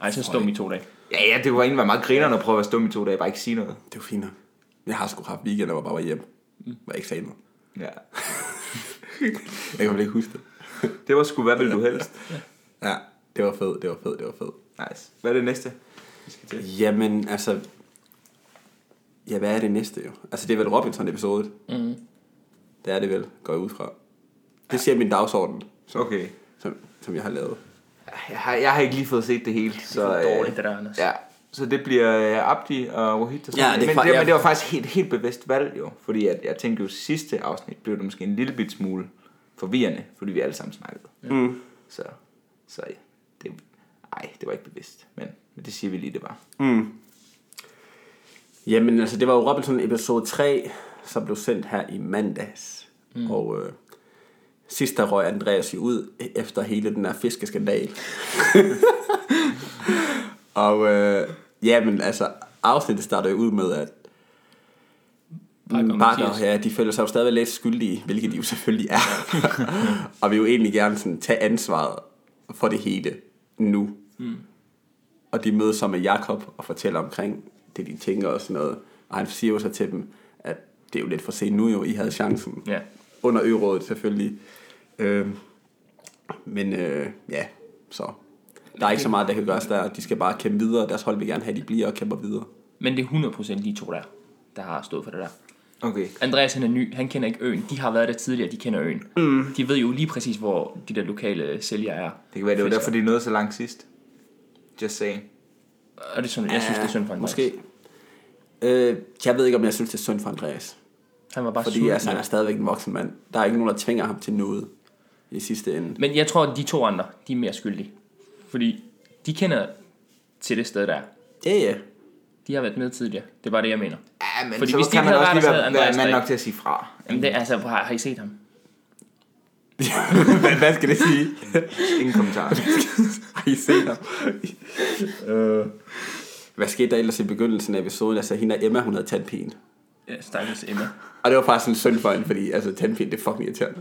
Speaker 3: Ej, så stum i to dage.
Speaker 2: Ja, ja, det kunne egentlig være meget grinerende at prøve at være stum i to dage, bare ikke sige noget.
Speaker 1: Det er jo fint. nok. Jeg har sgu haft weekender, hvor jeg bare var hjemme. Hvor jeg ikke sagde noget.
Speaker 2: Ja.
Speaker 1: Jeg kan vel ikke huske det.
Speaker 2: Det var sgu, hvad vil du helst?
Speaker 1: Ja, det var fedt, det var fedt, det var fedt.
Speaker 2: Nice. Hvad er det næste?
Speaker 1: Jamen, altså... Ja, hvad er det næste jo? Altså, det er vel Robinson-episodet. Mm. Det er det vel, går jeg ud fra. Det ser min dagsorden,
Speaker 2: Okay.
Speaker 1: som, som jeg har lavet.
Speaker 2: Jeg har, jeg har ikke lige fået set det hele, så...
Speaker 3: Det er dårligt,
Speaker 2: øh,
Speaker 3: det der, Anders.
Speaker 2: Ja, så det bliver øh, Abdi og Wahid, der
Speaker 1: Ja,
Speaker 2: ja,
Speaker 1: det er
Speaker 2: det men,
Speaker 1: fa-
Speaker 2: det,
Speaker 1: ja.
Speaker 2: men det var faktisk helt, helt bevidst valg jo, fordi at, jeg tænkte jo sidste afsnit blev det måske en lille bit smule forvirrende, fordi vi alle sammen snakkede.
Speaker 1: Mm.
Speaker 2: Så, så ja, det, ej, det var ikke bevidst, men, men det siger vi lige, det var.
Speaker 1: Mm. Jamen, altså, det var jo Robinson-episode 3, som blev sendt her i mandags. Mm. Og øh, sidst der røg Andreas jo ud efter hele den her fiskeskandal. og øh, jamen, altså, afsnittet starter jo ud med, at Mm,
Speaker 3: Parker og
Speaker 1: Parker,
Speaker 3: Mathias.
Speaker 1: ja, de føler sig jo stadigvæk lidt skyldige, hvilket de jo selvfølgelig er. og vil jo egentlig gerne sådan, tage ansvaret for det hele nu. Mm. Og de mødes så med Jakob og fortæller omkring det, de tænker og sådan noget. Og han siger jo så til dem, at det er jo lidt for sent nu jo, I havde chancen.
Speaker 3: Ja.
Speaker 1: Under ørådet selvfølgelig. Øh, men øh, ja, så. Der er ikke så meget, der kan gøres der. De skal bare kæmpe videre. Deres hold vil gerne have, at de bliver og kæmper videre.
Speaker 3: Men det er 100% de to der, der har stået for det der.
Speaker 2: Okay.
Speaker 3: Andreas han er ny, han kender ikke øen. De har været der tidligere, de kender øen. Mm. De ved jo lige præcis, hvor de der lokale sælgere er.
Speaker 2: Det kan være, det var
Speaker 3: Fisker.
Speaker 2: derfor, de nåede så langt sidst. Just saying.
Speaker 3: Og det er sådan, jeg synes, det er synd for Andreas.
Speaker 1: Måske. Øh, jeg ved ikke, om jeg synes, det er synd for Andreas.
Speaker 3: Han var bare
Speaker 1: Fordi
Speaker 3: sulten.
Speaker 1: altså, han er stadigvæk en voksen mand. Der er ikke nogen, der tvinger ham til noget i sidste ende.
Speaker 3: Men jeg tror, at de to andre, de er mere skyldige. Fordi de kender til det sted, der er.
Speaker 1: Ja, yeah, ja. Yeah.
Speaker 3: De har været med tidligere. Det er bare det, jeg mener.
Speaker 2: Ja, men
Speaker 3: Fordi
Speaker 2: så
Speaker 3: hvis de
Speaker 2: kan
Speaker 3: ikke
Speaker 2: man
Speaker 3: havde
Speaker 2: også lige
Speaker 3: været der, så havde
Speaker 2: være, være
Speaker 3: Andreas
Speaker 2: mand
Speaker 3: der
Speaker 2: nok
Speaker 3: ikke-
Speaker 2: til at sige fra.
Speaker 3: Jamen, det, er altså, har, har I set ham?
Speaker 1: Hvad- Hvad skal det sige?
Speaker 2: Ingen kommentar.
Speaker 1: Har I set ham? øh. Hvad skete der ellers i begyndelsen af episoden? Altså, hende og Emma, hun havde tandpine.
Speaker 3: Ja, Stakkels Emma.
Speaker 1: Og det var faktisk en synd for hende, fordi altså, tandpine, det er fucking irriterende.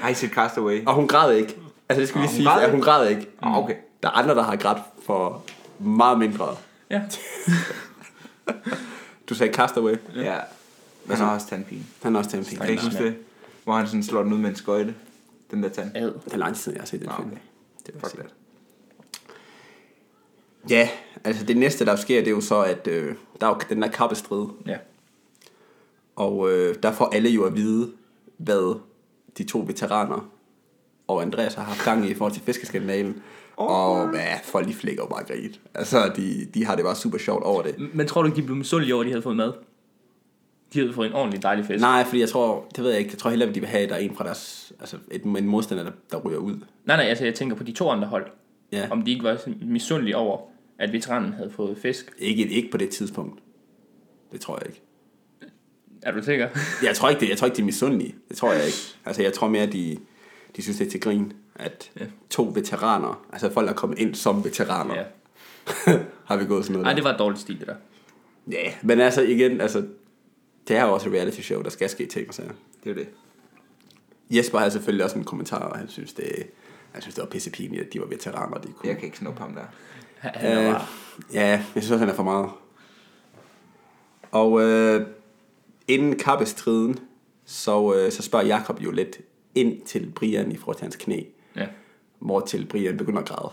Speaker 2: Har I set Castaway?
Speaker 1: Og hun græd ikke. Altså, det skal lige
Speaker 2: hun
Speaker 1: sige,
Speaker 2: græd
Speaker 1: at
Speaker 2: ikke?
Speaker 1: hun græd ikke.
Speaker 2: Ah, okay.
Speaker 1: Der er andre, der har grædt for meget mindre.
Speaker 3: Ja.
Speaker 1: Du sagde Castaway.
Speaker 2: Ja. Men han har også tandpine.
Speaker 1: Han har også tandpine.
Speaker 2: Kan I ikke huske det? Hvor han sådan slår den ud med en skøjte. Den der tand.
Speaker 3: Ad.
Speaker 1: Det er lang tid, siden, jeg har set den
Speaker 2: Ah,
Speaker 1: film.
Speaker 2: okay.
Speaker 1: Det var
Speaker 2: Fuck
Speaker 1: sygt.
Speaker 2: that.
Speaker 1: Ja, altså det næste, der sker, det er jo så, at øh, der er jo den der kappestrid,
Speaker 3: Ja.
Speaker 1: Og øh, der får alle jo at vide, hvad de to veteraner og Andreas har haft gang i i forhold til fiskeskandalen. Og ja, folk de flækker jo bare grit. Altså, de, de har det bare super sjovt over det.
Speaker 3: Men tror du ikke, de blev misundelige over, at de havde fået mad? De havde fået en ordentlig dejlig fest.
Speaker 1: Nej, fordi jeg tror, det ved jeg ikke, jeg tror heller, at de vil have, at der er en fra deres, altså et, en modstander, der, der ryger ud.
Speaker 3: nej, nej altså jeg tænker på de to andre hold.
Speaker 1: Ja.
Speaker 3: Om de ikke var sådan misundelige over, at veteranen havde fået fisk.
Speaker 1: Ikke, ikke på det tidspunkt. Det tror jeg ikke.
Speaker 3: Er du sikker?
Speaker 1: Jeg tror ikke, det, jeg tror ikke, de er misundelige. Det tror jeg ikke. Altså, jeg tror mere, at de, de synes, det er til grin, at
Speaker 3: Ja.
Speaker 1: to veteraner, altså folk, der er kommet ind som veteraner,
Speaker 3: ja.
Speaker 1: har vi gået sådan noget.
Speaker 3: Ej,
Speaker 1: der.
Speaker 3: det var et dårligt stil, det der.
Speaker 1: Ja, men altså igen, altså, det er jo også et reality show, der skal ske ting. Så.
Speaker 2: Det er det.
Speaker 1: Jesper havde selvfølgelig også en kommentar, og han synes, det, han synes, det var pisse pinligt, at de var veteraner. De kunne.
Speaker 2: Jeg kan ikke snuppe ham der.
Speaker 3: Han- Han
Speaker 1: Øh,
Speaker 3: var
Speaker 1: ja, jeg synes også, han er for meget. Og øh, inden kappestriden, så, øh, så spørger Jakob jo lidt ind til Brian i forhold til hans knæ,
Speaker 3: Ja.
Speaker 1: hvor til Brian begynder at græde.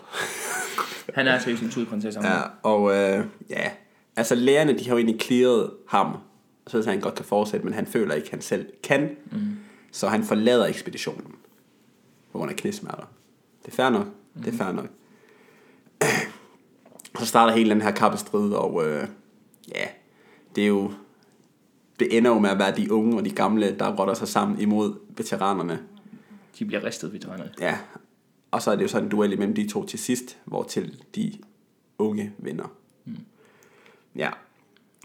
Speaker 3: Han er altså seriøst en tudprinsesse. ham
Speaker 1: Ja,
Speaker 3: der.
Speaker 1: og øh, ja, altså lærerne, de har jo egentlig clearet ham, så at han godt kan fortsætte, men han føler ikke, han selv kan. Mm. Så han forlader ekspeditionen på grund af knæsmerter. Det er fair nok. Mm. Det er fair nok. Så starter hele den her kappestrid, og øh, ja, det er jo... Det ender jo med at være de unge og de gamle, der rotter sig sammen imod veteranerne.
Speaker 3: De bliver ristet, veteranerne.
Speaker 1: Ja, og så er det jo sådan en duel imellem de to til sidst, hvor til de unge vinder. Mm. Ja.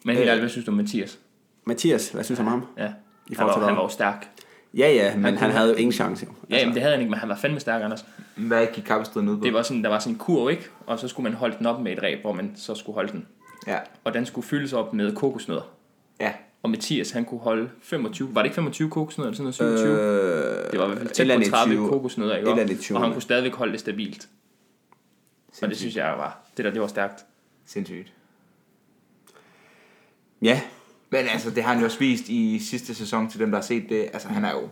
Speaker 3: Men
Speaker 1: Øh.
Speaker 3: helt ærligt, hvad synes du om Mathias?
Speaker 1: Mathias, hvad synes du om ham?
Speaker 3: Ja.
Speaker 1: I forhold
Speaker 3: han,
Speaker 1: til
Speaker 3: var,
Speaker 1: hvad? Altså-
Speaker 3: han var jo stærk.
Speaker 1: Ja, ja, men han,
Speaker 3: kunne-
Speaker 1: havde jo ingen chance. Jo. Altså,
Speaker 3: Ja, jamen, det havde han ikke, men han var fandme stærk, Anders.
Speaker 2: Hvad gik kappestriden ud på?
Speaker 3: Det var sådan, der var sådan en kurv, ikke? Og så skulle man holde den op med et ræb, hvor man så skulle holde den.
Speaker 2: Ja.
Speaker 3: Og den skulle fyldes op med kokosnødder.
Speaker 2: Ja.
Speaker 3: Og Mathias, han kunne holde 25... Var det ikke 25 kokosnødder eller sådan noget? 27? Øh,
Speaker 1: Øh,
Speaker 3: det var i hvert fald
Speaker 1: et eller
Speaker 3: tæt
Speaker 1: andet
Speaker 3: på 30
Speaker 1: 20.
Speaker 3: kokosnødder,
Speaker 1: Et
Speaker 3: ikke?
Speaker 1: eller andet 20.
Speaker 3: Og han kunne stadigvæk holde det stabilt. Og det
Speaker 2: Sindssygt.
Speaker 3: synes jeg var... Det der, det var stærkt.
Speaker 2: Sindssygt.
Speaker 1: Ja,
Speaker 2: Men altså, det har han jo også vist i sidste sæson til dem, der har set det. Altså, han er jo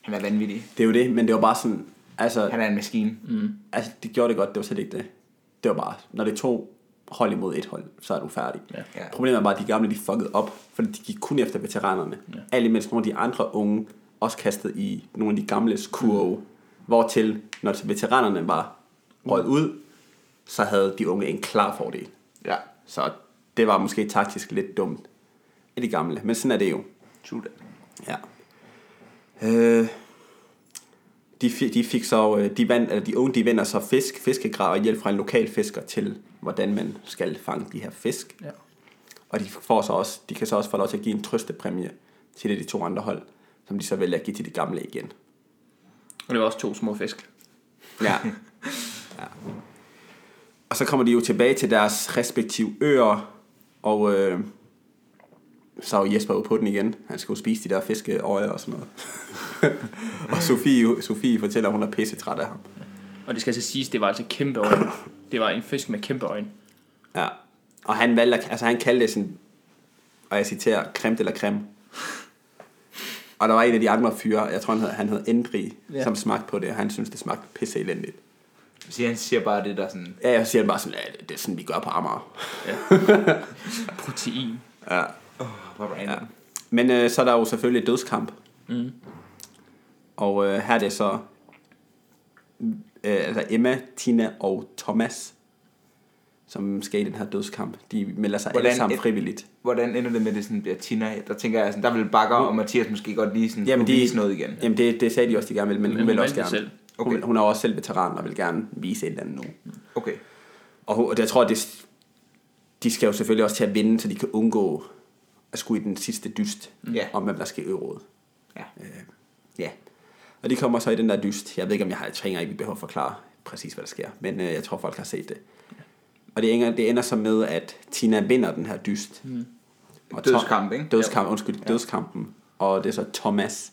Speaker 2: han er vanvittig.
Speaker 1: det er jo det, men det var bare sådan, altså,
Speaker 2: Han er en maskine. Mm.
Speaker 1: altså de gjorde det godt, det var slet ikke det. Det var bare, når det er to hold imod et hold, så er du færdig.
Speaker 3: Ja.
Speaker 2: Ja.
Speaker 1: Problemet er bare, at de gamle, de fuckede op, fordi de gik kun efter veteranerne. Ja. Alt imens nogle af de andre unge også kastede i nogle af de gamles kurve, mm. hvortil, når veteranerne var røget ud, så havde de unge en klar fordel.
Speaker 2: Ja.
Speaker 1: Så det var måske taktisk lidt dumt af de gamle, men sådan er det jo.
Speaker 2: True that.
Speaker 1: Ja. Øh, de, fi- de fik så, øh, de, vand, eller de unge, de vinder så fisk, fiskegrav og hjælp fra en lokal fisker til, hvordan man skal fange de her fisk.
Speaker 3: Ja.
Speaker 1: Og de, får så også, de kan så også få lov til at give en trøstepræmie til et af de to andre hold, som de så vælger at give til de gamle igen.
Speaker 3: Og det var også to små fisk.
Speaker 1: Ja. ja. Og så kommer de jo tilbage til deres respektive øer, og øh, så er jo Jesper jo på den igen. Han skal jo spise de der fiskeøjer og sådan noget. og Sofie, Sofie fortæller, at hun er pisse træt af ham.
Speaker 3: Og det skal altså siges, det var altså kæmpe øjne. Det var en fisk med kæmpe øjne.
Speaker 1: Ja. Og han valgte, at- altså han kaldte det sådan, og jeg citerer, creme eller creme. Og der var en af de andre fyre, jeg tror han hed, han hed Endri, ja.
Speaker 3: Ja.
Speaker 1: som smagte på det, og han synes det smagte pisse elendigt.
Speaker 2: Så han siger bare det der sådan...
Speaker 1: Ja, jeg siger bare sådan, ja, det er sådan, vi gør på Amager.
Speaker 3: Protein.
Speaker 2: Oh, hvor random. Ja.
Speaker 1: Men øh, så er der jo selvfølgelig et dødskamp. Mm. Og øh, her er det så øh, altså Emma, Tina og Thomas, som skal i den her dødskamp. De melder sig Hvordan
Speaker 2: Hvordan
Speaker 1: alle sammen
Speaker 2: et-
Speaker 1: frivilligt.
Speaker 2: Hvordan ender det med, at det sådan bliver Tina? Der tænker jeg, sådan, der vil Bakker og Mathias måske godt lige sådan kunne vise noget igen.
Speaker 1: Jamen det, det sagde de også, de gerne ville, men, hun
Speaker 3: hun
Speaker 1: vil
Speaker 3: valgte
Speaker 1: også
Speaker 3: det
Speaker 1: gerne. Selv.
Speaker 3: selv.
Speaker 1: Okay. Hun,
Speaker 2: Okay.
Speaker 1: vil- hun er jo også selv veteran og vil gerne vise et eller andet nu.
Speaker 2: Okay.
Speaker 1: Og, hun- og jeg tror, at det, de skal jo selvfølgelig også til at vinde, så de kan undgå at skulle i den sidste dyst mm.
Speaker 2: Ja.
Speaker 1: om, hvem der skal i ørådet.
Speaker 2: Ja.
Speaker 1: Ja. Og de kommer så i den der dyst. Jeg ved ikke, om jeg har jeg trænger ikke, vi behøver at forklare præcis, hvad der sker. Men øh, jeg tror, folk har set det. Og det ender, det ender så med, at Tina vinder den her dyst. Mm.
Speaker 2: Dødskamp, ikke?
Speaker 1: Dødskamp, undskyld, dødskampen. Og det er så Thomas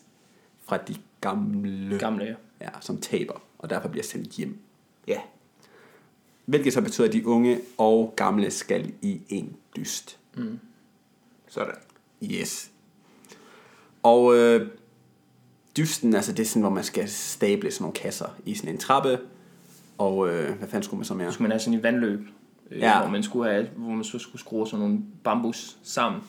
Speaker 1: fra de gamle,
Speaker 3: Gamle, ja.
Speaker 1: ja, som taber, og derfor bliver sendt hjem.
Speaker 2: Ja.
Speaker 1: Hvilket så betyder, at de unge og gamle skal i en dyst.
Speaker 2: Sådan.
Speaker 1: Yes. Og øh, dysten, altså det er sådan, hvor man skal stable sådan nogle kasser i sådan en trappe. Og øh, hvad fanden skulle man så mere?
Speaker 3: Så skulle man have sådan et vandløb, øh,
Speaker 1: Ja.
Speaker 3: ja. hvor, man skulle have, hvor man så skulle skrue sådan nogle bambus sammen.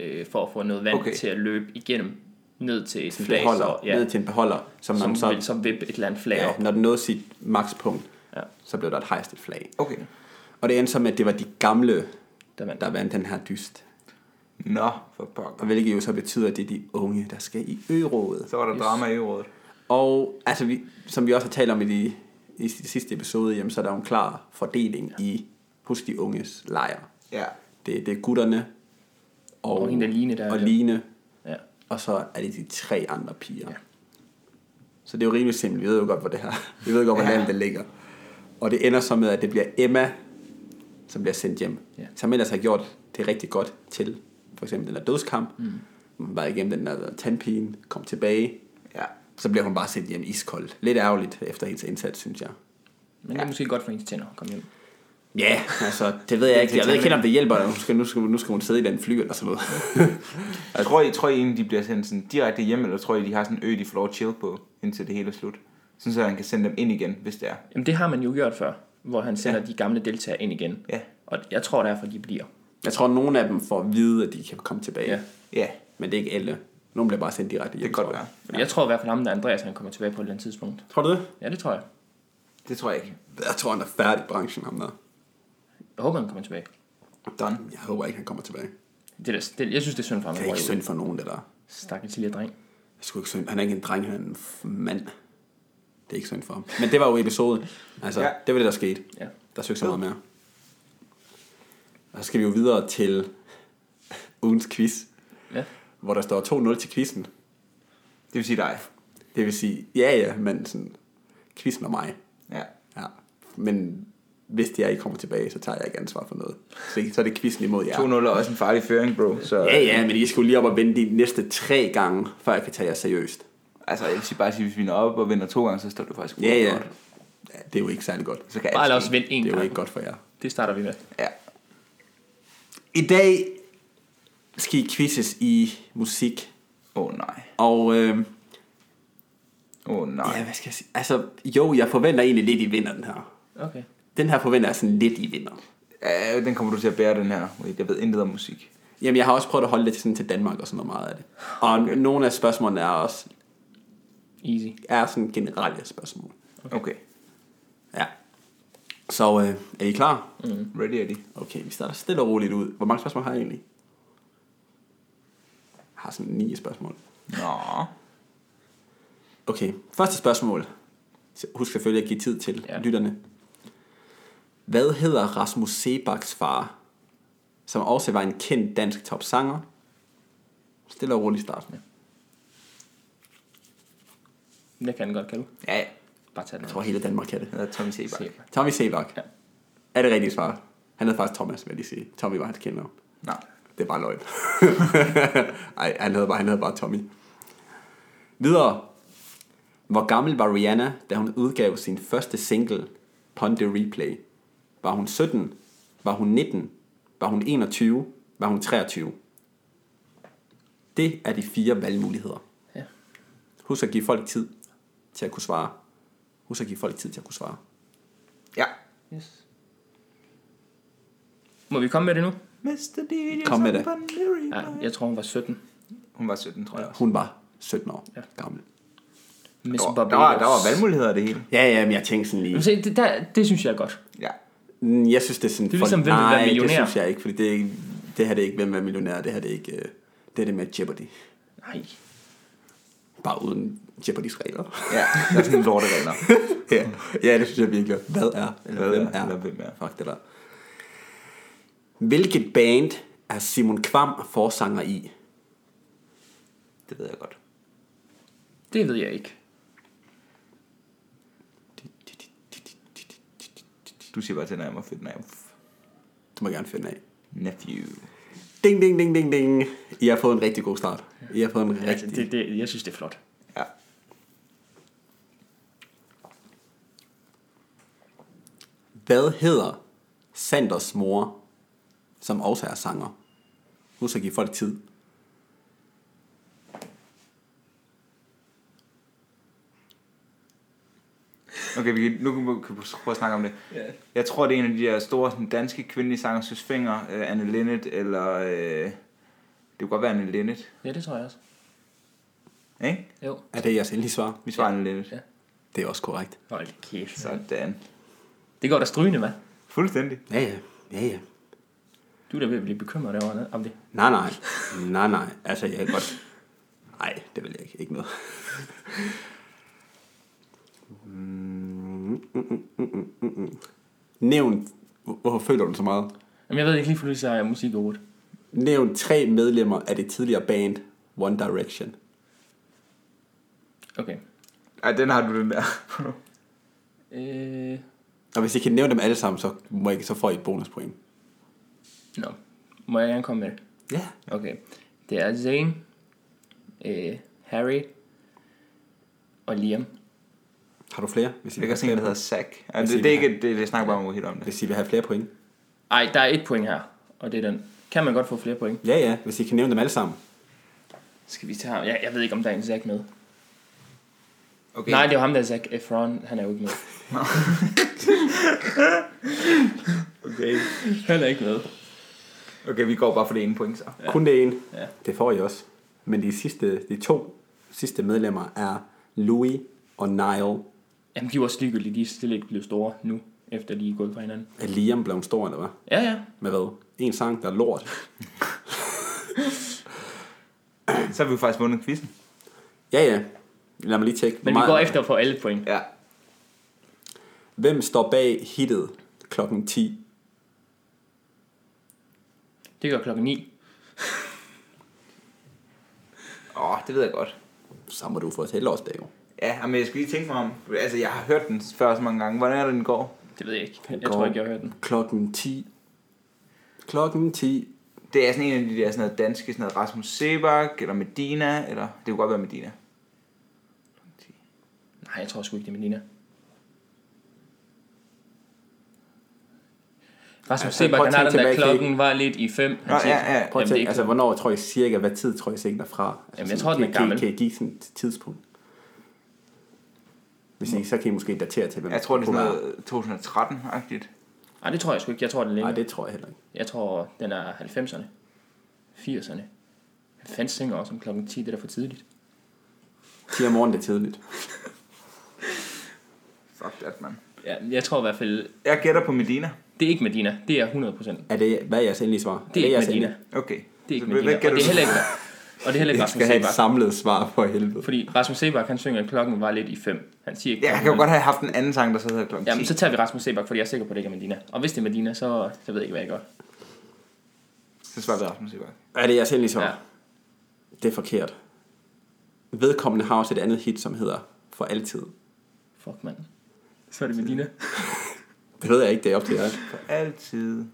Speaker 3: øh, for at få noget vand
Speaker 2: Okay.
Speaker 3: okay. til at løbe igennem ned til et flag,
Speaker 1: beholder,
Speaker 3: så,
Speaker 1: ja.
Speaker 3: ja,
Speaker 1: ned til en beholder, som,
Speaker 3: som,
Speaker 1: som så,
Speaker 3: vil, som vip et eller andet flag ja. op.
Speaker 1: ja, når den nåede sit makspunkt,
Speaker 3: Ja.
Speaker 1: ja. så blev der et hejst et flag.
Speaker 2: Okay.
Speaker 1: Og det endte så med, at det var de gamle,
Speaker 3: Der vandt.
Speaker 1: der vandt den her dyst.
Speaker 2: Nå, for pokker.
Speaker 1: Og hvilket jo så betyder, at det er de unge, der skal i ørådet.
Speaker 2: Så var der yes. drama i rådet.
Speaker 1: Og altså, vi, som vi også har talt om i de, i de sidste episode, jamen, så er der jo en klar fordeling i, hos de unges lejre.
Speaker 2: Ja.
Speaker 1: Det, det er gutterne og,
Speaker 3: Og hende der Line, der er
Speaker 1: og,
Speaker 3: der.
Speaker 1: Line,
Speaker 3: Ja.
Speaker 1: og så er det de tre andre piger. Ja. Så det er jo rimelig simpelt. Vi ved jo godt, hvor det her. Vi ved godt, hvor
Speaker 2: Ja.
Speaker 1: landet det ligger. Og det ender så med, at det bliver Emma, som bliver sendt hjem.
Speaker 3: Ja.
Speaker 1: Som ellers har gjort det rigtig godt til for eksempel den der dødskamp. Mm. Hun var igennem den der tandpine, kom tilbage,
Speaker 2: Ja.
Speaker 1: så bliver hun bare sendt hjem iskoldt. Lidt ærgerligt efter hendes indsats, synes jeg.
Speaker 3: Men det er måske godt for hendes tænder at komme hjem.
Speaker 1: Ja, yeah, altså, det ved jeg ikke. Jeg ved ikke helt, om det hjælper. Nu skal, nu skal, nu skal hun sidde i den fly eller sådan noget.
Speaker 2: Altså, tror I, tror I egentlig, de bliver sendt sådan direkte hjem, eller tror I, de har sådan en ø, de får lov at chill på, indtil det hele er slut? Sådan så han kan sende dem ind igen, hvis det er.
Speaker 3: Jamen det har man jo gjort før, hvor han sender ja. de gamle deltagere ind igen.
Speaker 2: Ja.
Speaker 3: Og jeg tror derfor, de bliver.
Speaker 1: Jeg tror, nogle af dem får at vide, at de kan komme tilbage.
Speaker 3: Ja.
Speaker 2: Ja,
Speaker 1: Men det er ikke alle. Nogle bliver bare sendt direkte hjem.
Speaker 2: det kan
Speaker 1: tror
Speaker 2: godt
Speaker 1: jeg.
Speaker 2: være.
Speaker 3: Fordi jeg tror i hvert fald ham, der Andreas, han kommer tilbage på et eller andet tidspunkt.
Speaker 1: Tror du det?
Speaker 3: Ja, det tror jeg.
Speaker 2: Det tror jeg ikke.
Speaker 1: Jeg tror, han er færdig i branchen, ham der.
Speaker 3: Jeg håber, han kommer tilbage.
Speaker 2: Done.
Speaker 1: Jeg håber ikke, han kommer tilbage.
Speaker 3: Det er, da- det, jeg synes, det er synd for ham.
Speaker 1: Det er ikke synd for nogen, det der.
Speaker 3: Stakkels lille dreng.
Speaker 1: Det er sgu ikke synd. Han er ikke en dreng, han er en f- mand. Det er ikke synd for ham. Men det var jo episoden. Altså,
Speaker 2: Ja.
Speaker 1: ja. det var det, der skete.
Speaker 3: Ja.
Speaker 1: Der søgte så meget mere. Og så skal vi jo videre til ugens quiz,
Speaker 3: Ja.
Speaker 1: hvor der står 2-0 til quizzen.
Speaker 2: Det vil sige dig.
Speaker 1: Det vil sige, ja ja, men sådan, quizzen og mig.
Speaker 2: Ja.
Speaker 1: Ja. Men hvis det er, I kommer tilbage, så tager jeg ikke ansvar for noget. Så, så er det quizzen imod jer.
Speaker 2: 2-0 er også en farlig føring, bro. Så,
Speaker 1: Ja, ja, men I skal jo lige op og vende de næste tre gange, før jeg kan tage jer seriøst.
Speaker 2: Altså, jeg vil sige- bare sige, hvis vi når op og vinder to gange, så står det faktisk
Speaker 1: Ja, ja.
Speaker 2: godt.
Speaker 1: ja det er jo ikke særlig godt.
Speaker 2: Så kan
Speaker 3: Bare
Speaker 2: alt
Speaker 3: lad
Speaker 2: ske.
Speaker 3: os vente en
Speaker 1: Det er jo
Speaker 3: gang.
Speaker 1: ikke godt for jer.
Speaker 3: Det starter vi med.
Speaker 2: Ja.
Speaker 1: I dag skal I quizzes i musik.
Speaker 2: Åh oh, nej.
Speaker 1: Og øh,
Speaker 2: Åh oh, nej.
Speaker 1: ja, hvad skal jeg sige? Altså, jo, jeg forventer egentlig lidt, I vinder den her.
Speaker 3: Okay.
Speaker 1: Den her forventer jeg sådan lidt, I vinder.
Speaker 2: Ja, den kommer du til at bære, den her. Wait, Jeg ved intet om musik.
Speaker 1: Jamen, jeg har også prøvet at holde lidt sådan til Danmark og sådan noget meget af det. Og okay. nogle af spørgsmålene er også
Speaker 3: Easy.
Speaker 1: er sådan generelle spørgsmål.
Speaker 2: Okay. okay.
Speaker 1: Ja. Så øh, er I klar?
Speaker 2: Ready er de?
Speaker 1: Okay, vi starter stille og roligt ud. Hvor mange spørgsmål har jeg egentlig? Jeg har sådan ni spørgsmål.
Speaker 2: Nå.
Speaker 1: Okay, første spørgsmål. Husk selvfølgelig at give tid til
Speaker 3: Ja.
Speaker 1: ja. lytterne. Hvad hedder Rasmus Sebaks far, som også var en kendt dansk topsanger? Stille og roligt start. Ja.
Speaker 3: Det kan den godt, kan du?
Speaker 2: Ja, ja.
Speaker 3: Bare tag den.
Speaker 1: Jeg tror, hele Danmark kan det.
Speaker 2: Han hedder Tommy Sebak.
Speaker 3: Se.
Speaker 1: Tommy Sebak.
Speaker 3: Ja.
Speaker 1: Ja. Er det rigtige svar? Han hed faktisk Thomas, vil jeg lige sige. Tommy var hans kendnavn.
Speaker 2: Nej.
Speaker 1: Det er bare løgn. Nej, han hedder bare, han hedder bare Tommy. Videre. Hvor gammel var Rihanna, da hun udgav sin første single, Pond the Replay? Var hun 17? Var hun 19? Var hun 21? Var hun 23? Det er de fire valgmuligheder.
Speaker 3: Ja.
Speaker 1: Husk at give folk tid til at kunne svare. Husk at give folk tid til at kunne svare.
Speaker 2: Ja.
Speaker 3: Yes. Må vi komme med det nu?
Speaker 2: Mr. DJ
Speaker 1: Kom med det.
Speaker 3: Ja, jeg tror, hun var 17.
Speaker 2: Hun var 17, tror jeg.
Speaker 1: Hun var 17 år
Speaker 3: Ja.
Speaker 1: gammel.
Speaker 3: Miss
Speaker 2: Der var,
Speaker 3: Barbados.
Speaker 2: der var, der var valgmuligheder af det hele.
Speaker 1: Ja, ja, men jeg tænkte sådan lige...
Speaker 3: Men Se, det, der, det synes jeg er godt.
Speaker 2: Ja.
Speaker 1: Mm, Jeg synes, det er sådan...
Speaker 3: Det er ligesom, hvem vil være
Speaker 1: Nej, det
Speaker 3: millionær.
Speaker 1: synes jeg ikke, fordi det, er ikke, det her det er ikke, hvem vil være millionær. Det her det er ikke... øh, Det er det med Jeopardy.
Speaker 3: Nej.
Speaker 1: Bare uden Jeopardys regler.
Speaker 2: Ja. Der er sådan nogle lorte regler.
Speaker 1: ja.
Speaker 3: Mm.
Speaker 1: ja, det synes jeg virkelig. Hvad er? Eller
Speaker 2: Hvad
Speaker 1: hvem
Speaker 2: er,
Speaker 1: er?
Speaker 2: eller hvem er.
Speaker 1: Fuck det der. Hvilket band er Simon Kvam forsanger i?
Speaker 2: Det ved jeg godt.
Speaker 3: Det ved jeg ikke.
Speaker 2: Du siger bare til, når jeg må fedt navn.
Speaker 1: Du må gerne finde af.
Speaker 2: Nephew.
Speaker 1: Ding, ding, ding, ding, ding. I har fået en rigtig god start. I har fået en
Speaker 3: Altså,
Speaker 1: rigtig...
Speaker 3: det, det, jeg synes, det er flot.
Speaker 2: Ja.
Speaker 1: Hvad hedder Sanders mor, som også er sanger? Husk at give folk tid.
Speaker 2: Okay, vi kan, nu kan vi kan vi prøve at snakke om det.
Speaker 3: Ja.
Speaker 2: Jeg tror, det er en af de der store sådan, danske kvindelige sanger, Søs Finger, øh, Anne Linnet, eller øh, Det kunne godt være en Lennet.
Speaker 3: Ja, det tror jeg også.
Speaker 2: Ikke?
Speaker 3: Jo.
Speaker 1: Er det jeres endelige svar?
Speaker 2: Vi svarer en Lennet.
Speaker 3: Ja.
Speaker 1: Det er også korrekt.
Speaker 3: Hold kæft.
Speaker 2: Sådan.
Speaker 3: Det går da strygende, mand.
Speaker 2: Fuldstændig.
Speaker 1: Ja, ja. Ja, ja.
Speaker 3: Du er da ved at blive bekymret over om det.
Speaker 1: Nej, nej. Nej, nej. Altså, jeg kan godt... Nej, det vil jeg ikke. Ikke noget. Mm, mm, mm, mm, mm, mm. Nævn... Hvor- Hvorfor føler du den så meget?
Speaker 3: Jamen, jeg ved ikke lige, for nu siger jeg musik over
Speaker 1: Nævn tre medlemmer af det tidligere band One Direction.
Speaker 3: Okay.
Speaker 2: Ej, den har du den der.
Speaker 3: Øh,
Speaker 1: Og hvis I kan nævne dem alle sammen, så, må I, så får I et bonuspoint.
Speaker 3: nå. Må jeg gerne komme med det?
Speaker 1: Ja.
Speaker 3: Okay. Det er Zayn, øh, Harry og Liam.
Speaker 1: Har du flere? Hvis I
Speaker 2: Jeg kan
Speaker 1: vil
Speaker 2: også
Speaker 1: have
Speaker 2: tænke, der
Speaker 1: flere
Speaker 2: hedder Zack. Ja, det,
Speaker 1: siger
Speaker 2: det, er
Speaker 1: vi her?
Speaker 2: ikke, det, det snakker bare om helt om
Speaker 1: point.
Speaker 2: det.
Speaker 1: Hvis I vil have flere point.
Speaker 3: Ej, der er et point her, og det er den. Kan man godt få flere point?
Speaker 1: Ja, ja. Hvis I kan nævne dem alle sammen.
Speaker 3: Skal vi tage ham? Jeg, jeg ved ikke, om der er en Zack med.
Speaker 2: Okay.
Speaker 3: Nej, det er jo ham, der er Zac Efron. Han er jo ikke med.
Speaker 2: Okay.
Speaker 3: Han er ikke med.
Speaker 2: okay, vi går bare for det ene point så.
Speaker 1: Ja. Kun det ene.
Speaker 3: Ja.
Speaker 1: Det får I også. Men de, sidste, de to sidste medlemmer er Louis og Niall.
Speaker 3: Jamen, de er jo også ligegyldige. De er stille ikke blevet store nu, efter de er gået fra hinanden.
Speaker 1: Er Liam blevet stor, eller hvad?
Speaker 3: Ja, ja.
Speaker 1: Med hvad? En sang, der er lort.
Speaker 2: Så har vi jo faktisk vundet quizzen.
Speaker 1: Ja, ja. Lad mig lige tjekke. hvor
Speaker 3: Men vi
Speaker 1: meget-
Speaker 3: går efter at få alle point.
Speaker 2: Ja.
Speaker 1: Hvem står bag hittet klokken 10?
Speaker 3: Det gør klokken 9.
Speaker 2: Åh, oh, det ved jeg godt.
Speaker 1: Så må du få fortælle os det jo.
Speaker 2: Ja, men jeg skal lige tænke mig om... Altså, jeg har hørt den før så mange gange. Hvordan er det, den går?
Speaker 3: Det ved jeg ikke.
Speaker 1: Den
Speaker 3: Jeg
Speaker 1: går.
Speaker 3: tror ikke, jeg har hørt den.
Speaker 1: Klokken 10. Klokken 10.
Speaker 2: Det er sådan en af de der sådan noget danske, sådan noget Rasmus Sebak, eller Medina, eller... Det kunne godt være Medina.
Speaker 3: Nej, jeg tror sgu ikke, det er Melina. Rasmus
Speaker 1: Altså,
Speaker 3: Sebak,
Speaker 1: prøv at
Speaker 3: han har
Speaker 1: tænke
Speaker 3: den der
Speaker 1: tilbage,
Speaker 3: klokken var lidt i 5.
Speaker 2: Nå, ja, ja.
Speaker 1: Prøv at
Speaker 3: Jamen, det
Speaker 1: tænke,
Speaker 3: er
Speaker 1: altså,
Speaker 3: altså,
Speaker 1: hvornår tror I cirka, hvad tid tror I ser derfra? Altså,
Speaker 3: Jamen, jeg
Speaker 1: sådan,
Speaker 3: tror, den er
Speaker 1: kan,
Speaker 3: gammel.
Speaker 1: Kan, kan I give sådan et tidspunkt? Hvis ikke, så kan I måske datere til, hvem
Speaker 2: Jeg tror, det er
Speaker 1: kunne være.
Speaker 2: sådan noget 2013-agtigt.
Speaker 3: Ej, det tror jeg sgu ikke. Jeg tror, den er
Speaker 1: Nej,
Speaker 3: længere.
Speaker 1: det tror jeg heller ikke.
Speaker 3: Jeg tror, den er 90'erne. 80'erne. Jeg fandt synger også om klokken 10, det er da for tidligt.
Speaker 1: 10 om morgenen, det er tidligt.
Speaker 2: Fuck that, man.
Speaker 3: Ja, jeg tror i hvert fald,
Speaker 2: Jeg gætter på Medina.
Speaker 3: det er ikke Medina. Det er 100%. Det
Speaker 1: Er det, hvad er jeres endelige svar?
Speaker 3: er ikke
Speaker 1: jeres
Speaker 3: Medina.
Speaker 1: endelige-
Speaker 2: Okay.
Speaker 3: Det er ikke
Speaker 2: Så
Speaker 3: Medina.
Speaker 2: hvad
Speaker 3: Og det
Speaker 2: gætter
Speaker 3: er
Speaker 2: du?
Speaker 3: heller ikke, og det er heller ikke
Speaker 1: Jeg
Speaker 3: Rasmus
Speaker 1: skal have et
Speaker 3: Sebak.
Speaker 1: samlet svar for helvede.
Speaker 3: Fordi Rasmus Sebak, han synger, at klokken var lidt i 5. Han siger ikke
Speaker 2: Ja, jeg kan
Speaker 3: klokken
Speaker 2: jo godt have haft en anden sang, der så hedder klokken 10.
Speaker 3: Jamen, så tager vi Rasmus Sebak, fordi jeg er sikker på, at det ikke er Medina. Og hvis det er Medina, så, så ved jeg ikke, hvad jeg gør.
Speaker 2: så svarer vi Rasmus Sebak.
Speaker 1: Er det jeres endelige svar?
Speaker 3: Ja.
Speaker 1: Det er forkert. Vedkommende har også et andet hit, som hedder For Altid.
Speaker 3: Fuck, mand. Så er det Medina.
Speaker 1: Det ved jeg ikke, det er op til jer.
Speaker 2: For altid.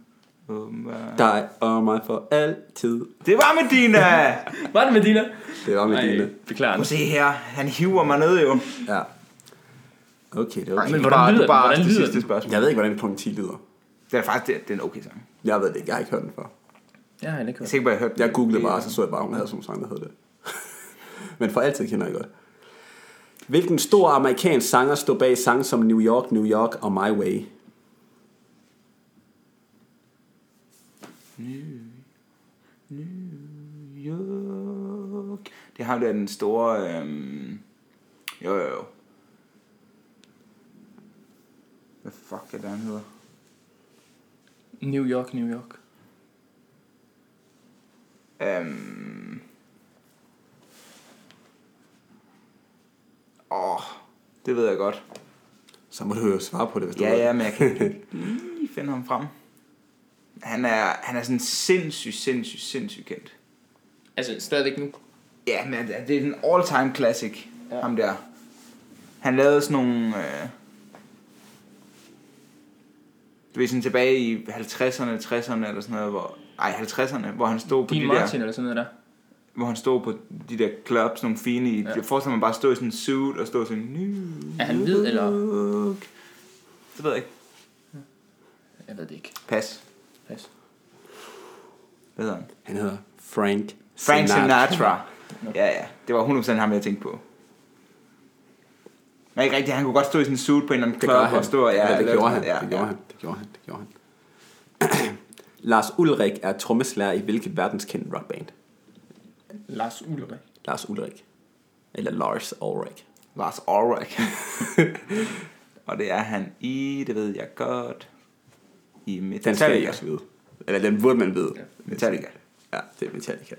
Speaker 2: åbenbart.
Speaker 1: Dig og mig for altid.
Speaker 2: Det var Medina!
Speaker 3: Var det Medina?
Speaker 1: Det var med dine.
Speaker 3: beklager.
Speaker 2: Prøv at se her. Han hiver mig ned jo.
Speaker 1: Ja. Okay, det var
Speaker 2: Ej,
Speaker 3: men
Speaker 2: du
Speaker 3: hvordan
Speaker 2: bare-
Speaker 3: lyder
Speaker 2: du
Speaker 3: den?
Speaker 2: bare
Speaker 3: Hvordan
Speaker 2: det
Speaker 3: lyder
Speaker 2: sidste
Speaker 3: den?
Speaker 2: spørgsmål.
Speaker 1: Jeg ved ikke, hvordan klokken 10 lyder.
Speaker 2: Det er faktisk det, det er en okay sang. Jeg
Speaker 1: Jeg ved det ikke, jeg har ikke hørt den før.
Speaker 3: Jeg har heller ikke
Speaker 2: er
Speaker 3: hørt.
Speaker 2: sikker på, at jeg hørte den.
Speaker 1: Jeg googlede bare, og så så jeg bare, hun havde sådan en sang, der hed det. Men for altid kender jeg godt. Hvilken stor amerikansk sanger stod bag sange som New York, New York og My Way?
Speaker 2: York. Det har der den store... Øhm... Jo, jo, jo. Hvad fuck er det, han hedder?
Speaker 3: New York, New York.
Speaker 2: Øhm... Åh, oh, det ved jeg godt.
Speaker 1: Så må du jo svare på det, hvis du
Speaker 2: Ja,
Speaker 1: ved
Speaker 2: ja,
Speaker 1: det.
Speaker 2: men jeg kan ikke lige finde ham frem. Han er, han er sådan sindssygt, sindssygt, sindssygt kendt.
Speaker 3: Altså, stadigvæk nu.
Speaker 2: Ja, men det er det er en all-time classic,
Speaker 3: Ja.
Speaker 2: ja. ham der. Han lavede sådan nogle... Øh, du ved, sådan tilbage i 50'erne, 60'erne eller sådan noget, hvor... Ej, 50'erne, hvor han stod på
Speaker 3: Dean
Speaker 2: de
Speaker 3: Martin
Speaker 2: der...
Speaker 3: eller sådan noget der.
Speaker 2: Hvor han stod på de der clubs, nogle fine i... Ja. Jeg forestiller mig bare at stå i sådan en suit og stå sådan... New
Speaker 3: Er han hvid, eller?
Speaker 2: York." Det ved jeg ikke.
Speaker 3: Jeg ved det ikke.
Speaker 2: Pas.
Speaker 3: Pas.
Speaker 2: Hvad hedder han?
Speaker 1: Han hedder Frank
Speaker 2: Frank Sinatra.
Speaker 3: Nå.
Speaker 2: Ja, ja. Det var 100% ham, jeg tænkte på. Men ikke rigtigt, han kunne godt stå i sin suit på en eller anden
Speaker 1: Det gør
Speaker 2: klub
Speaker 1: han.
Speaker 2: og stå og...
Speaker 1: ja, det,
Speaker 2: lave
Speaker 1: gjorde
Speaker 2: sådan-
Speaker 1: han. det gjorde han. Det gjorde han. Det gjorde han. Lars Ulrik er trommeslager i hvilket verdenskendt rockband?
Speaker 4: Lars Ulrik.
Speaker 1: Lars Ulrik. Eller Lars Ulrik.
Speaker 2: Lars Ulrich. og det er han i, det ved jeg godt, i
Speaker 1: Den skal I
Speaker 2: Metallica.
Speaker 1: også vide. Eller den burde man vide.
Speaker 4: Ja.
Speaker 2: Metallica.
Speaker 1: Ja, det er Metallica.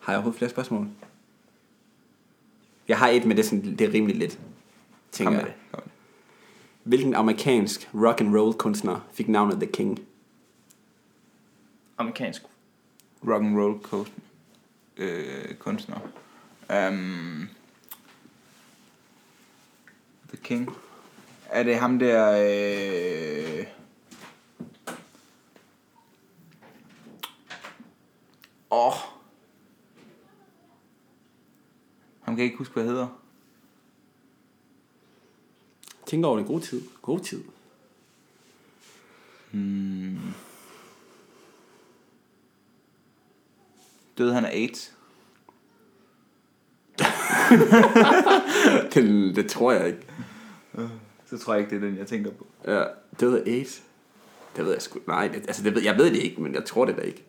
Speaker 1: Har jeg overhovedet flere spørgsmål? Jeg har et, men det er, sådan, det er rimelig lidt,
Speaker 2: Kom
Speaker 1: tænker
Speaker 2: med
Speaker 1: jeg.
Speaker 2: det. Kom med det.
Speaker 1: Hvilken amerikansk rock and roll kunstner fik navnet The King?
Speaker 4: Amerikansk.
Speaker 2: Rock and roll coast, øh, kunstner. Um, The King. Er det ham der... Øh, Åh. Oh. Ham kan jeg ikke huske, hvad han hedder.
Speaker 1: Tænk over det. God tid. God tid.
Speaker 2: Hmm. Døde han af AIDS?
Speaker 1: Det, det tror jeg ikke.
Speaker 2: Så tror jeg ikke, det er den, jeg tænker på.
Speaker 1: Ja, døde af AIDS. Det ved jeg sgu. Nej, det, altså det ved, jeg ved det ikke, men jeg tror det da ikke.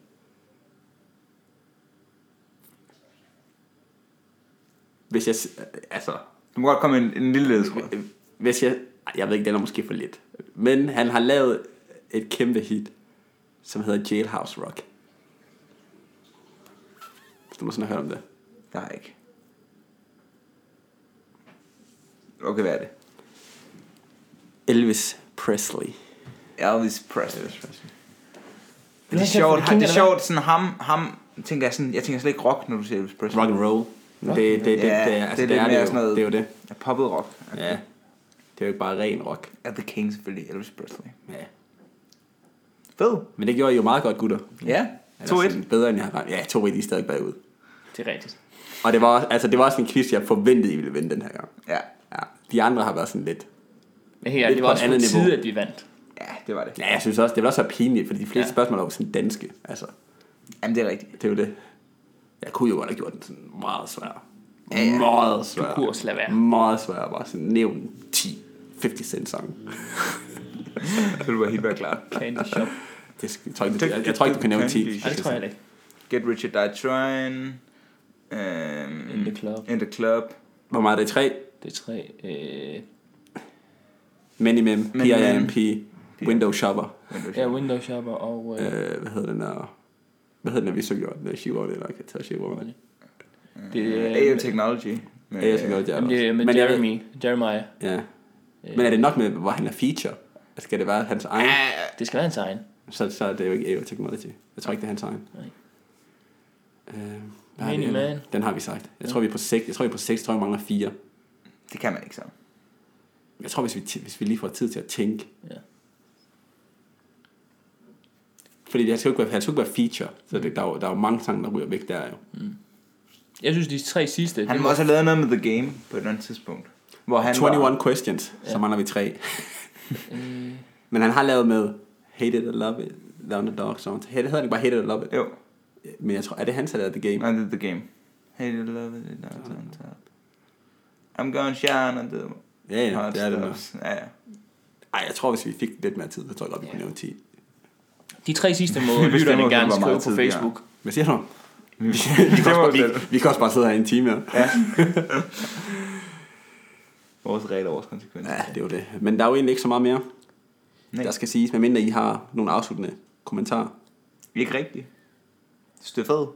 Speaker 1: Hvis jeg... s- Altså...
Speaker 2: Du må godt komme en, en lille ledtråd.
Speaker 1: Hvis jeg... ej, Jeg ved ikke, den er måske for lidt. Men han har lavet et kæmpe hit, som hedder Jailhouse Rock. Hvis du må sådan have hørt om det.
Speaker 2: Der er ikke. Okay, hvad er det?
Speaker 1: Elvis Presley.
Speaker 2: Elvis Presley. Elvis Presley. Det er
Speaker 4: Nå,
Speaker 2: sjovt,
Speaker 4: det
Speaker 2: det, det er
Speaker 4: kender jeg
Speaker 2: sjovt, sådan ham, ham, tænker jeg sådan, jeg tænker slet ikke rock, når du siger Elvis Presley.
Speaker 1: Rock and roll. Det, det, det, det,
Speaker 2: Ja,
Speaker 1: det, altså,
Speaker 2: det er
Speaker 1: det,
Speaker 2: lidt
Speaker 1: er
Speaker 2: mere
Speaker 1: det,
Speaker 2: sådan
Speaker 1: jo.
Speaker 2: noget-
Speaker 1: det er jo det.
Speaker 2: Ja, poppet rock. Ja.
Speaker 1: Ja. Det er jo ikke bare ren rock.
Speaker 2: Er The King selvfølgelig, Elvis Presley.
Speaker 1: Ja.
Speaker 2: Fed.
Speaker 1: Men det gjorde I jo meget godt, gutter.
Speaker 2: Ja,
Speaker 1: Eller
Speaker 2: 2-1.
Speaker 1: sådan Bedre end jeg har ramt. Ja, 2-1, I er stadig bagud.
Speaker 4: Det er rigtigt.
Speaker 1: Og det var, også- altså, det var også en quiz, jeg forventede, I ville vinde den her gang.
Speaker 2: Ja.
Speaker 1: Ja. De andre har været sådan lidt.
Speaker 4: Men helt ærligt, det var
Speaker 1: på
Speaker 4: også
Speaker 1: et
Speaker 4: på
Speaker 1: andet niveau.
Speaker 4: tide, at vi vandt.
Speaker 2: ja, det var det.
Speaker 1: Ja, jeg synes også, det var så pinligt, fordi de fleste
Speaker 4: Ja.
Speaker 1: ja. spørgsmål var jo sådan danske. Altså,
Speaker 2: Jamen, det er rigtigt.
Speaker 1: det er jo det. Jeg kunne jo godt have gjort den sådan meget svær.
Speaker 2: Ja, ja.
Speaker 1: Meget svær.
Speaker 4: kunne også lade være.
Speaker 1: Meget svær. Bare sådan nævn 10 50 cent sange.
Speaker 2: Det ville være helt være klart.
Speaker 4: Candy shop.
Speaker 1: Det skal, jeg, tror ikke, jeg, jeg tror ikke, du kan nævne 10.
Speaker 4: Ej, det tror jeg heller ikke.
Speaker 2: Get Rich or Die Trying. Um,
Speaker 4: In the club.
Speaker 2: In the Club.
Speaker 1: Hvor meget er det? 3?
Speaker 4: Det er tre. Øh,
Speaker 1: Many Mem,
Speaker 2: Many Mem.
Speaker 1: PIMP, Window Shopper.
Speaker 4: ja, window shopper og... Øh,
Speaker 1: Øh, hvad hedder den der? Hvad hedder den, vi så gjorde? Den der Shiro, det er nok, jeg tager Shiro. men-
Speaker 4: det,
Speaker 2: Uh,
Speaker 4: øh,
Speaker 2: AO Technology. Med,
Speaker 1: Ja, jeg skal gøre det.
Speaker 4: jamen, det er
Speaker 1: også.
Speaker 4: med
Speaker 1: Men jeg ved-
Speaker 4: Jeremy. Jeremiah.
Speaker 1: Ja. Men er det nok med, hvor han er feature? Altså, Skal det være hans egen?
Speaker 2: øh,
Speaker 3: Øh,
Speaker 4: Det skal være hans egen.
Speaker 1: Så, så er det jo ikke AO Technology. Jeg tror ikke, det er hans egen.
Speaker 4: Nej.
Speaker 1: Øh, hvad har
Speaker 4: Mini
Speaker 1: vi ellers?
Speaker 4: Man.
Speaker 1: Den har vi sagt. Jeg tror, vi er på 6. Jeg tror, vi er på 6. Jeg tror, vi mangler 4.
Speaker 2: Det kan man ikke så.
Speaker 1: Jeg tror, hvis vi, ti- hvis vi lige får tid til at tænke.
Speaker 4: Ja.
Speaker 1: Fordi det skal jo ikke være, han skal jo ikke være feature. Så det, der, er jo, der er jo mange sange, der ryger væk der jo.
Speaker 4: Jeg synes, de tre sidste...
Speaker 2: Han
Speaker 4: det
Speaker 2: må
Speaker 4: var-
Speaker 2: også have lavet noget med The Game på et eller andet tidspunkt. Hvor han
Speaker 1: 21
Speaker 2: var,
Speaker 1: questions, så
Speaker 4: Ja. Øh.
Speaker 1: mangler vi 3. Men han har lavet med Hate It or Love It, The Underdog Songs. Hey, det hedder den ikke bare Hate It or Love It. Øh,
Speaker 2: Jo,
Speaker 1: Men jeg tror, er det han, der lavede The Game?
Speaker 2: nej, det er The Game. Hey, you love it, now it's on top. I'm gonna shine on the
Speaker 1: Ja, ja,
Speaker 2: hot
Speaker 1: det er det nok.
Speaker 2: stuff. Ja, ja.
Speaker 1: Ej, jeg tror, hvis vi fik lidt mere tid, så tror jeg godt, vi kunne
Speaker 4: Ja.
Speaker 1: nævne 10.
Speaker 4: De tre sidste må
Speaker 2: Vi bestemmer,
Speaker 4: lytterne gerne
Speaker 2: hvor
Speaker 4: skrive
Speaker 2: meget
Speaker 4: på
Speaker 2: tid vi har.
Speaker 4: Facebook.
Speaker 1: Hvad siger du?
Speaker 2: Mm. Vi
Speaker 1: Vi kan, også
Speaker 2: bestemmer
Speaker 1: bare, vi,
Speaker 2: selv.
Speaker 1: vi kan også bare sidde her i en time. Ja.
Speaker 2: Vores regler, vores konsekvenser.
Speaker 1: ja, det er jo det. Men der er jo egentlig ikke så meget mere,
Speaker 2: Nej,
Speaker 1: der skal siges, medmindre I har nogle afsluttende kommentarer.
Speaker 2: vi er ikke rigtige. Støffet.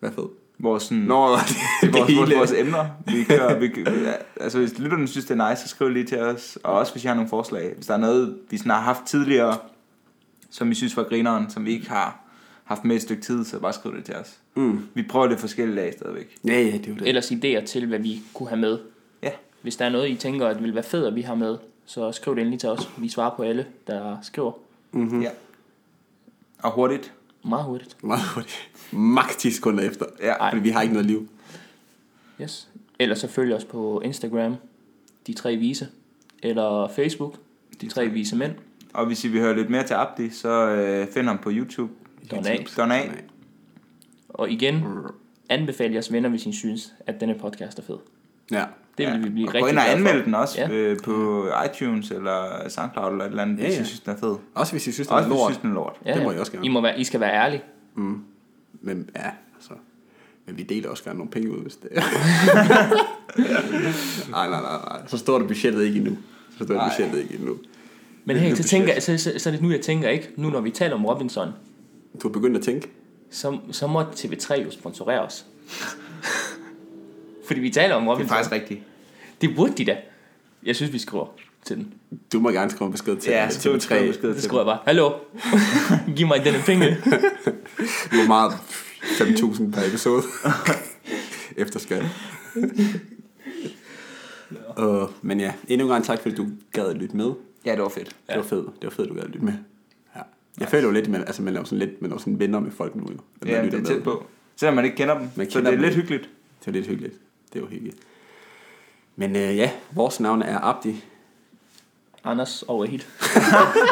Speaker 1: Hvad fed.
Speaker 2: Vores, sådan,
Speaker 1: Nå, det, det,
Speaker 2: Mm. vores, vores,
Speaker 1: hele.
Speaker 2: vores emner. Vi kører, vi, kører- altså, hvis lytterne synes, det er nice, så skriv lige til os. Og også, hvis I har nogle forslag. Hvis der er noget, vi sådan har haft tidligere, som I synes var grineren, som vi ikke har haft med et stykke tid, så bare skriv det til os.
Speaker 1: Mm.
Speaker 2: Vi prøver det forskellige dage stadigvæk.
Speaker 1: Ja, ja, det er jo det.
Speaker 4: Ellers idéer til, hvad vi kunne have med.
Speaker 2: Ja.
Speaker 4: Hvis der er noget, I tænker, at vil være fedt, at vi har med, så skriv det endelig til os. Vi svarer på alle, der skriver
Speaker 1: Mm-hmm.
Speaker 2: ja. Og hurtigt.
Speaker 4: meget hurtigt.
Speaker 1: Meget hurtigt. Max 10 sekunder efter.
Speaker 2: Ja.
Speaker 1: Fordi vi har ikke noget liv.
Speaker 4: Yes. Ellers så følg os på Instagram, De Tre Vise, eller Facebook, De Tre Vise Mænd.
Speaker 2: Og hvis I vil høre lidt mere til Abdi, så øh, find ham på YouTube.
Speaker 4: Don A.
Speaker 2: Don A.
Speaker 4: Og igen,
Speaker 2: Mm.
Speaker 4: anbefal jeres venner, hvis I synes, at denne podcast er fed.
Speaker 1: Ja.
Speaker 4: Det vil vi blive
Speaker 2: og
Speaker 4: rigtig
Speaker 2: Gå ind og
Speaker 4: glade for.
Speaker 2: anmeld den også
Speaker 4: Ja.
Speaker 2: ja. øh, på iTunes eller Soundcloud eller et eller andet,
Speaker 1: Ja,
Speaker 2: ja, hvis
Speaker 1: ja.
Speaker 2: I synes, den er fed.
Speaker 1: Også hvis I synes, det
Speaker 2: Også
Speaker 1: er
Speaker 2: hvis I
Speaker 1: lort.
Speaker 2: synes, den er lort.
Speaker 1: Det må I også gerne.
Speaker 4: I, må være, I skal være ærlige.
Speaker 1: Men ja, altså. Men Men vi deler også gerne nogle penge ud, hvis det er. nej, nej, nej, nej. Så står det budgettet ikke endnu. Så står det
Speaker 2: Nej.
Speaker 1: budgettet ikke endnu.
Speaker 2: Det
Speaker 3: Men
Speaker 2: er
Speaker 3: hey,
Speaker 2: et
Speaker 3: så,
Speaker 2: budget.
Speaker 3: tænker, jeg- så, så, så er det nu, jeg tænker ikke. Nu når vi taler om Robinson,
Speaker 1: Du har begyndt at tænke.
Speaker 3: så, så må TV3 jo sponsorere os. Fordi vi taler om
Speaker 2: Det er
Speaker 3: Robinson.
Speaker 2: faktisk rigtigt.
Speaker 3: Det burde de da. Jeg synes, vi skriver til den.
Speaker 1: Du må gerne skrive en besked til
Speaker 2: Ja,
Speaker 1: til
Speaker 2: skriv en
Speaker 1: TV3.
Speaker 2: skriv en besked
Speaker 3: Det
Speaker 2: til
Speaker 3: skriver jeg bare. Hallo, giv mig denne penge.
Speaker 1: Det var meget 5.000 per episode. Efter skat. uh, men ja, endnu en gang tak, fordi du gad at lytte med. Det
Speaker 2: dem. Ja, det var fedt.
Speaker 1: ja. var fedt. Det var fedt, du gad at lytte med. Ja. Jeg føler jo lidt, man, altså, man laver sådan lidt, man laver sådan venner med folk nu. Jo, at man
Speaker 2: Ja, det
Speaker 1: lytter
Speaker 2: er
Speaker 1: med.
Speaker 2: tæt på. Selvom man ikke kender dem.
Speaker 1: Man
Speaker 2: så
Speaker 1: kender
Speaker 2: det
Speaker 1: dem
Speaker 2: er lidt
Speaker 1: ikke.
Speaker 2: hyggeligt.
Speaker 1: Det var lidt hyggeligt. Det var hyggeligt. Men øh, ja, vores navn er Abdi.
Speaker 3: Anders over hit.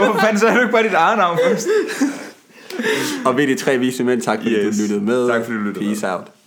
Speaker 2: Hvorfor fanden så er du ikke bare dit eget navn først?
Speaker 1: Og ved de tre vise mænd, tak fordi yes.
Speaker 2: Yes.
Speaker 1: du lyttede med.
Speaker 2: Tak fordi du lyttede
Speaker 1: Peace med. out.